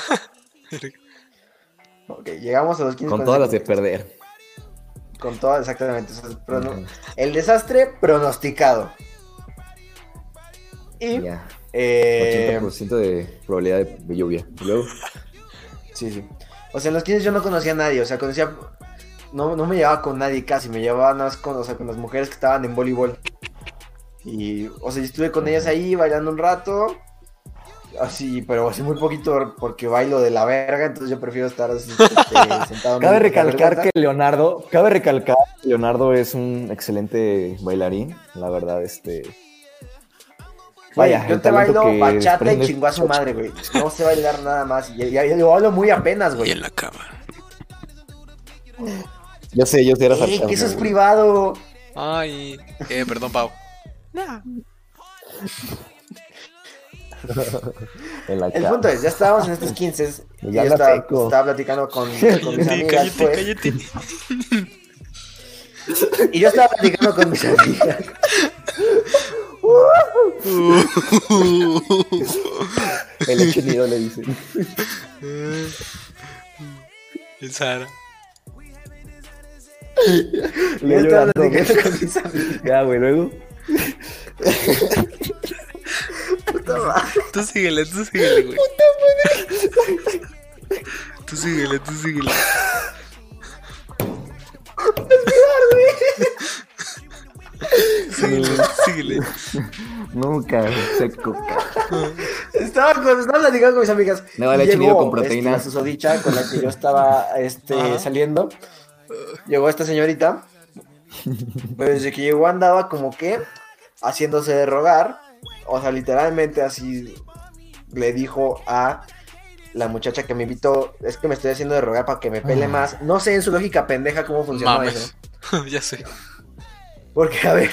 D: Ok, llegamos a los 15.
A: Con
D: ese
A: todas las de
D: contexto.
A: perder.
D: Con todas, exactamente. o sea, prono- El desastre pronosticado. Y.
A: Ya.
D: Eh,
A: 80% de probabilidad de, de lluvia. Y luego,
D: Sí, sí. O sea, en los 15 yo no conocía a nadie, o sea, conocía... No, no me llevaba con nadie casi, me llevaba nada más con, o sea, con las mujeres que estaban en voleibol. Y, o sea, yo estuve con ellas ahí bailando un rato, así, pero así muy poquito porque bailo de la verga, entonces yo prefiero estar así, este,
A: [LAUGHS]
D: sentado. en
A: cabe
D: mi
A: recalcar que
D: vergüenza.
A: Leonardo, cabe recalcar que Leonardo es un excelente bailarín, la verdad, este.
D: Güey,
A: Vaya,
D: yo
A: el
D: te
A: talento
D: bailo
A: que
D: bachata
A: desprende-
D: y chingó a su madre, güey. No sé bailar nada más, y, y- y lo hablo muy apenas,
I: Y
D: güey.
I: en la cama.
A: Yo sé, yo sé, era
D: Ey, Eh, que eso es
A: sarcasmo, güey.
D: privado.
C: Ay. Eh, perdón, Pau.
A: En la
D: El
A: cara.
D: punto es, ya estábamos en estos 15 y
A: Ya
D: yo
A: la
D: estaba,
A: peco.
D: estaba platicando con, con mis
C: Sí,
D: amigas,
C: cállate,
D: pues,
C: cállate.
D: y yo estaba platicando con mis amigas.
A: El hecho nido [LAUGHS]
D: [LAUGHS]
A: le dice.
C: El Sara.
D: Y yo estaba
A: Leonardo,
D: platicando con mis amigas.
A: Ya, güey, luego.
C: Tú síguele, tú síguele, güey. Tú síguele, tú síguele. Síguele, síguele.
A: Nunca, güey, seco. ca-
D: Estaba, con, estaba platicando con mis amigas.
A: Me vale
D: Llegó,
A: chimido con
D: este,
A: proteína.
D: la susodicha con la que yo estaba este, saliendo. Llegó esta señorita. Pero desde que llegó andaba como que haciéndose de rogar. O sea, literalmente así le dijo a la muchacha que me invitó, es que me estoy haciendo de rogar para que me pele más. No sé en su lógica pendeja cómo funciona eso.
C: Mames. [LAUGHS] ya sé.
D: Porque, a ver,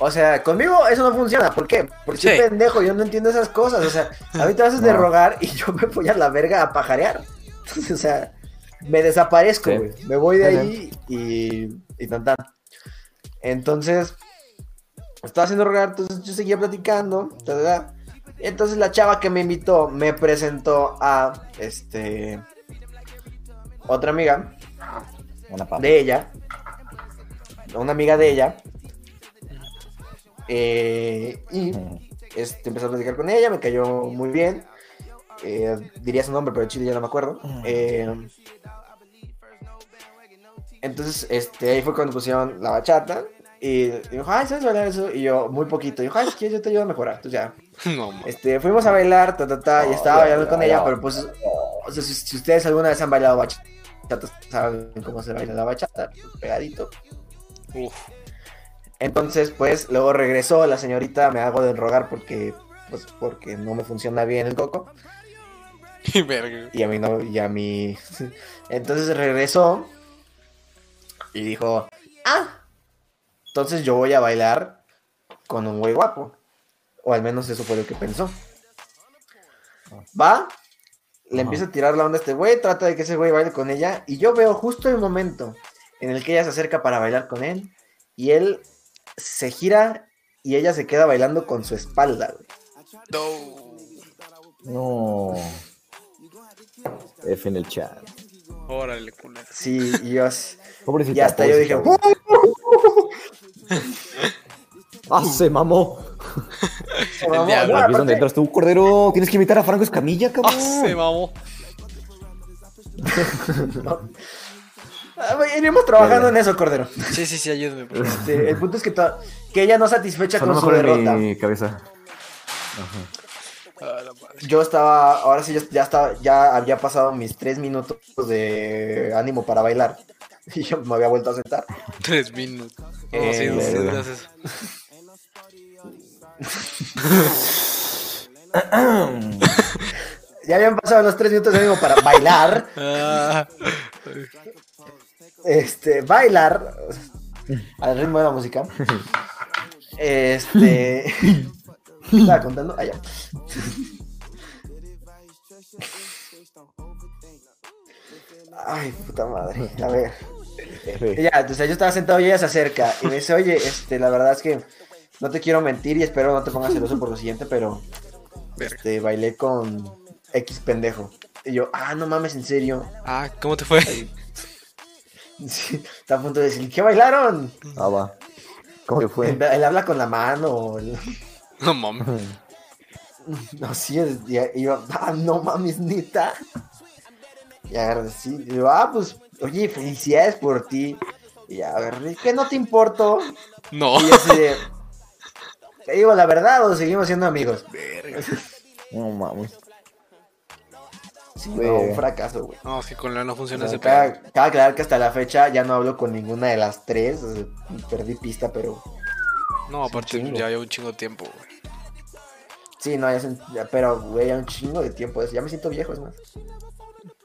D: o sea, conmigo eso no funciona. ¿Por qué? Porque soy
C: Sí.
D: pendejo, yo no entiendo esas cosas. O sea, a mí te haces de
A: No.
D: rogar y yo me voy a la verga a pajarear. [LAUGHS] Entonces, o sea, me desaparezco,
A: Sí.
D: güey. Me voy de
A: Ajá.
D: ahí y, y tan tan. Entonces, estaba haciendo rogar, entonces yo seguía platicando, ta, ta, ta. Y entonces la chava que me invitó me presentó a, este, otra amiga
A: Una papa.
D: de ella, una amiga de ella, eh, y este, empecé a platicar con ella, me cayó muy bien. eh, diría su nombre, pero el chile ya no me acuerdo. eh, entonces, este, ahí fue cuando pusieron la bachata. Y dijo, ay, ¿sabes bailar eso? Y yo, muy poquito. Dijo, ay, si quieres, yo te ayudo a mejorar. Entonces ya,
C: No, mames.
D: este, fuimos a bailar, ta, ta, ta, y estaba
A: Oh, ya,
D: bailando
A: ya,
D: con ella,
A: ya.
D: pero pues, o sea, si, si ustedes alguna vez han bailado bachata, saben cómo se baila la bachata, pegadito.
C: Uf.
D: Entonces, pues, luego regresó la señorita, me hago de rogar porque, pues, porque no me funciona bien el coco,
C: Y verga.
D: y a mí no, y a mí... [LAUGHS] Entonces regresó y dijo, ah, entonces yo voy a bailar con un güey guapo. O al menos eso fue lo que pensó. Va, le empieza a tirar la onda a este güey, trata de que ese güey baile con ella. Y yo veo justo el momento en el que ella se acerca para bailar con él. Y él se gira y ella se queda bailando con su espalda, güey.
C: No.
A: No. F en el chat.
C: Órale, culero.
D: Sí, y yo así-
A: Pobrecita.
D: Y hasta yo dije, "Uh,
A: pobrecita, güey. ¡Ah, se mamó!
D: "Oh, mamá".
C: diablo.
D: No,
A: Ah, Aquí es donde
D: aparte-
A: entras tú, Cordero. Tienes que invitar a Franco Escamilla,
C: Ah,
A: cabrón.
C: se mamó.
D: Ah, güey, Iremos trabajando
A: Ya,
D: en eso, Cordero.
C: Sí, sí, sí, ayúdame. por favor.
D: Este, el punto es que, to- que ella no satisfecha
A: Sonó
D: con su
A: mejor
D: derrota.
A: en mi cabeza.
C: Ah, la madre.
D: Yo estaba, ahora sí, yo ya estaba, ya había pasado mis tres minutos de ánimo para bailar. [LAUGHS] Y yo me había vuelto a sentar.
C: Tres minutos. No,
D: Eh,
C: sí, no sé,
A: verga.
C: gracias.
D: Ya habían pasado los tres minutos de ánimo para bailar.
C: Ah,
D: este, bailar al ritmo de la música. Este. Estaba contando. Ah, ya. Ay, puta madre. A ver. Ya, entonces yo estaba sentado y ella se acerca y me dice, oye, este, la verdad es que no te quiero mentir y espero no te pongas celoso por lo siguiente, pero
C: verga.
D: este, bailé con X pendejo. Y yo, ah, no mames, en serio. [LAUGHS]
C: Ah, ¿cómo te fue?
D: Sí, está a punto de decir, ¿qué bailaron?
A: Ah, va. ¿Cómo que fue?
D: Él, él habla con la mano. o el- [LAUGHS]
C: No mames.
D: No, sí, es- y, y yo, ah, no mames, neta. Y agarré, sí, y yo, ah, pues, oye, felicidades por ti. Y agarré, que no te importo.
C: No.
D: Y yo así [LAUGHS] de, te digo la verdad o seguimos siendo amigos.
A: No mames.
D: Sí,
A: Güey.
D: no, un fracaso, güey.
C: No, es que con la no
D: O
C: funciona
D: sea,
C: ese pedo.
D: cabe, cabe aclarar que hasta la fecha ya no hablo con ninguna de las tres. o sea, perdí pista, pero
C: No, aparte
A: chingo.
C: ya llevo un chingo de tiempo, güey.
D: sí, no, ya, se- ya- pero, güey, ya un chingo de tiempo. de eso, Ya me siento viejo, es más.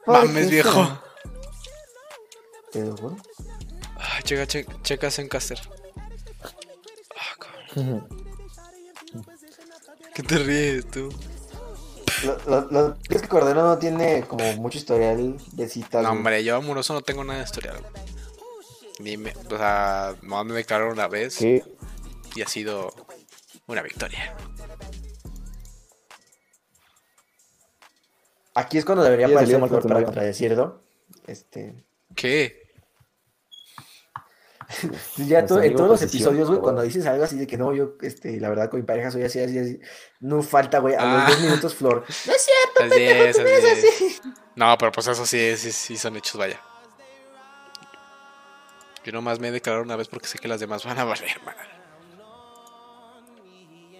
C: Mames, viejo.
D: Te lo juro.
C: Ah, checa, checa, checa Zencaster. Ah, cabrón. ¿Qué te ríes tú?
D: Lo, lo- lo- es que Cordero no tiene como mucho historial de citas.
C: No,
D: güey.
C: hombre, yo amoroso no tengo nada de historial, güey. Ni me, o sea, nomás me declararon una vez
A: ¿Qué?
C: y ha sido una victoria.
D: Aquí es cuando debería
A: Sí,
D: aparecer
A: salió mal con
D: Flor
A: tu
D: para
A: novia.
D: contradecirlo. Este,
C: ¿Qué?
D: pues Ya
A: Nuestro
D: to- en
A: amigo
D: todos los
A: Posición,
D: episodios, güey,
A: cabrón.
D: cuando dices algo así de que no, yo, este, la verdad, con mi pareja soy así, así, así, no falta, güey, a
C: Ah.
D: los 10 minutos,
C: [LAUGHS]
D: Flor. No es
C: Así es,
D: cierto,
C: así
D: no [LAUGHS] es
C: es.
D: así.
C: No, pero pues eso sí, es- sí, sí son hechos, vaya. Yo nomás me he declarado una vez porque sé que las demás van a valer, man.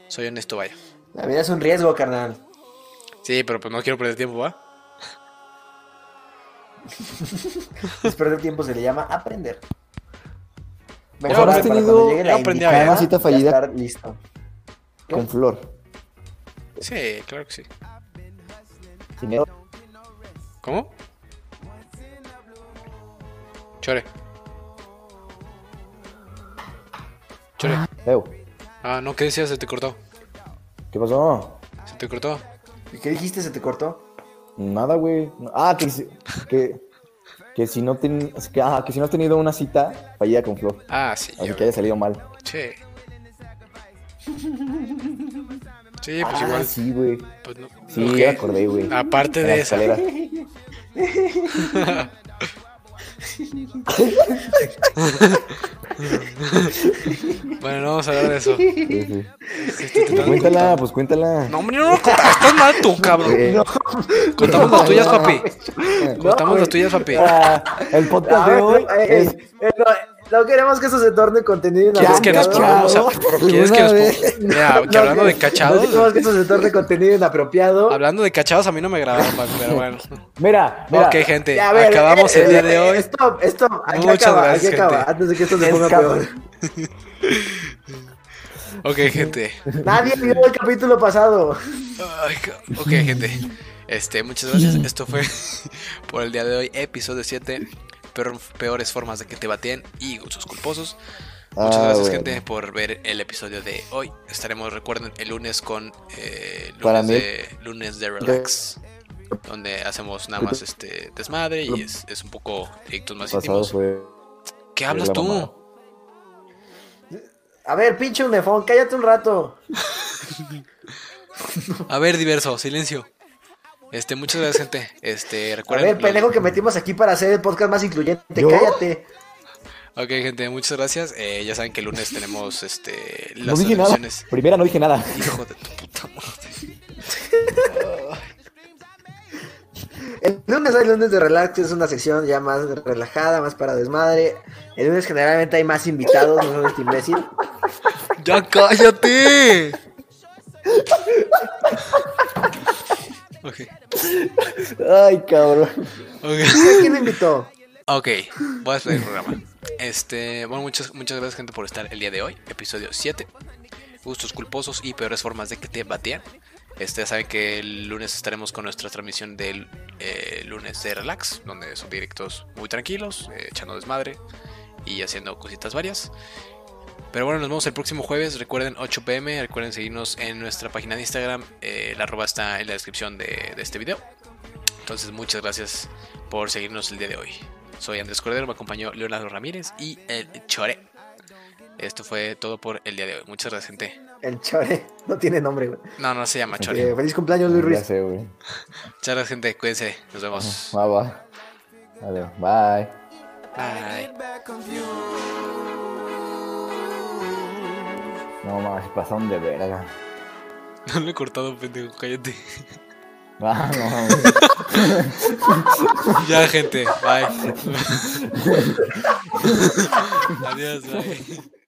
C: Soy honesto, vaya.
D: La vida es un riesgo, carnal.
C: Sí, pero pues no quiero perder tiempo, ¿va?
D: Es perder tiempo, se le llama aprender.
C: Yo
D: Mejor
C: habrás
D: que para
A: tenido-
D: cuando llegue la
C: yo aprendí a
D: indicada,
A: ver. Una cita
D: ya
A: fallida.
D: estar listo.
A: Con Flor.
C: Sí, claro que sí.
A: Señor,
C: ¿Cómo? Chore. Chore.
A: Leo,
C: Ah, no, ¿qué decías? Se te cortó.
A: ¿Qué pasó?
C: Se te cortó.
D: ¿Y ¿Qué dijiste? ¿Se te cortó?
A: Nada, güey. No- Ah, que, si- que, que si no ten- es que, ah, que si no has tenido una cita fallida con Flor.
C: Ah, sí.
A: Así
C: yo-
A: que haya salido mal. [LAUGHS]
C: Sí. Sí, pues
A: ah,
C: igual.
A: sí, güey.
C: pues no-
A: Sí,
C: ok.
A: ya me acordé, güey.
C: Aparte
A: En
C: de
A: la
C: esa.
A: escalera.
C: [LAUGHS] Bueno, no vamos a hablar de eso. Este,
A: Sí, sí.
C: Estoy tratando de
A: Cuéntala, pues cuéntala. Eh,
C: No, hombre, no lo contaste estás mal tú, cabrón.
A: Güey.
C: Contamos las tuyas, papi.
A: No,
C: Contamos
A: güey.
C: las tuyas, papi.
A: Ah, el podcast
D: A
A: de
D: ver,
A: hoy
D: no, eh, eh,
A: es
D: eh, no, no queremos que eso se torne contenido
A: Ya,
C: ¿Quieres que nos
A: cabrón.
C: pongamos a... ¿Quieres que nos
A: Una
C: pongamos... Mira, que hablando de
D: No queremos
C: cachados...
D: que eso se torne contenido inapropiado.
C: Hablando de cachados, a mí no me grabaron, papi, pero bueno.
A: Mira, mira.
C: ok, gente,
D: Ya, a ver,
C: acabamos
D: eh,
C: el día
D: eh,
C: de hoy.
D: Stop, stop. Aquí
C: Muchas
D: acaba,
C: gracias,
D: aquí acaba.
C: gente.
D: Antes de que esto se
A: Es
D: ponga
A: cabrón.
D: peor.
C: Ok, gente.
D: Nadie vio el capítulo pasado.
C: Ay, ca- ok, gente. Este, muchas gracias. Esto fue [LAUGHS] por el día de hoy, episodio 7. peor- peores formas de que te bateen y gustos culposos. Muchas
A: Ah,
C: gracias,
A: bueno.
C: gente, por ver el episodio de hoy. Estaremos, recuerden, el lunes con eh, lunes,
A: Para mí-
C: de, lunes de Relax. Donde hacemos nada más este desmadre y es, es un poco directos más
A: Pasado
C: íntimos.
A: fue.
C: ¿Qué
A: fue
C: hablas
A: la
C: tú?
A: mamada.
D: A ver, pinche unefón, cállate un rato.
C: A ver, diverso, silencio. Este, muchas gracias, gente. Este,
D: A
C: recuerden.
D: ver,
C: los-
D: pendejo que metimos aquí para hacer el podcast más incluyente. Cállate.
C: Ok, gente, muchas gracias. Eh, ya saben que el lunes tenemos este
A: No
C: las
A: dije nada.
C: transmisiones.
A: Primera no dije nada.
C: Hijo de tu puta madre.
D: El lunes hay lunes de relax, es una sección ya más relajada, más para desmadre. El lunes generalmente hay más invitados, no son este imbécil.
C: ¡Ya
A: [LAUGHS]
C: cállate! Ok,
A: [LAUGHS] Ay, cabrón.
C: ok.
D: ¿Quién lo invitó?
C: Ok, voy a despedir el programa. Este, bueno, muchas, muchas gracias, gente, por estar el día de hoy. Episodio 7. Gustos culposos y peores formas de que te batean. Este, ya saben que el lunes estaremos con nuestra transmisión del eh, lunes de Relax, donde son directos muy tranquilos, eh, echando desmadre y haciendo cositas varias. Pero bueno, nos vemos el próximo jueves. Recuerden 8 pm. Recuerden seguirnos en nuestra página de Instagram. eh, la arroba está en la descripción de, de este video. Entonces, muchas gracias por seguirnos el día de hoy. Soy Andrés Cordero, me acompañó Leonardo Ramírez y el Chore. Esto fue todo por el día de hoy. Muchas gracias, gente.
D: El Chore. [LAUGHS] No tiene nombre, güey.
C: No, no se llama Chore.
D: Eh, feliz cumpleaños, Luis
A: Ya
D: Ruiz.
A: sé, güey.
C: Muchas gracias, gente. Cuídense. Nos vemos.
A: Va, va. Vale, bye.
C: Bye. [LAUGHS]
A: No mames, pasaron de verga. [LAUGHS]
C: No lo he cortado, pendejo. Cállate. [LAUGHS]
A: Ah, no mames.
C: Ya, gente. Bye. [LAUGHS] Adiós. Bye.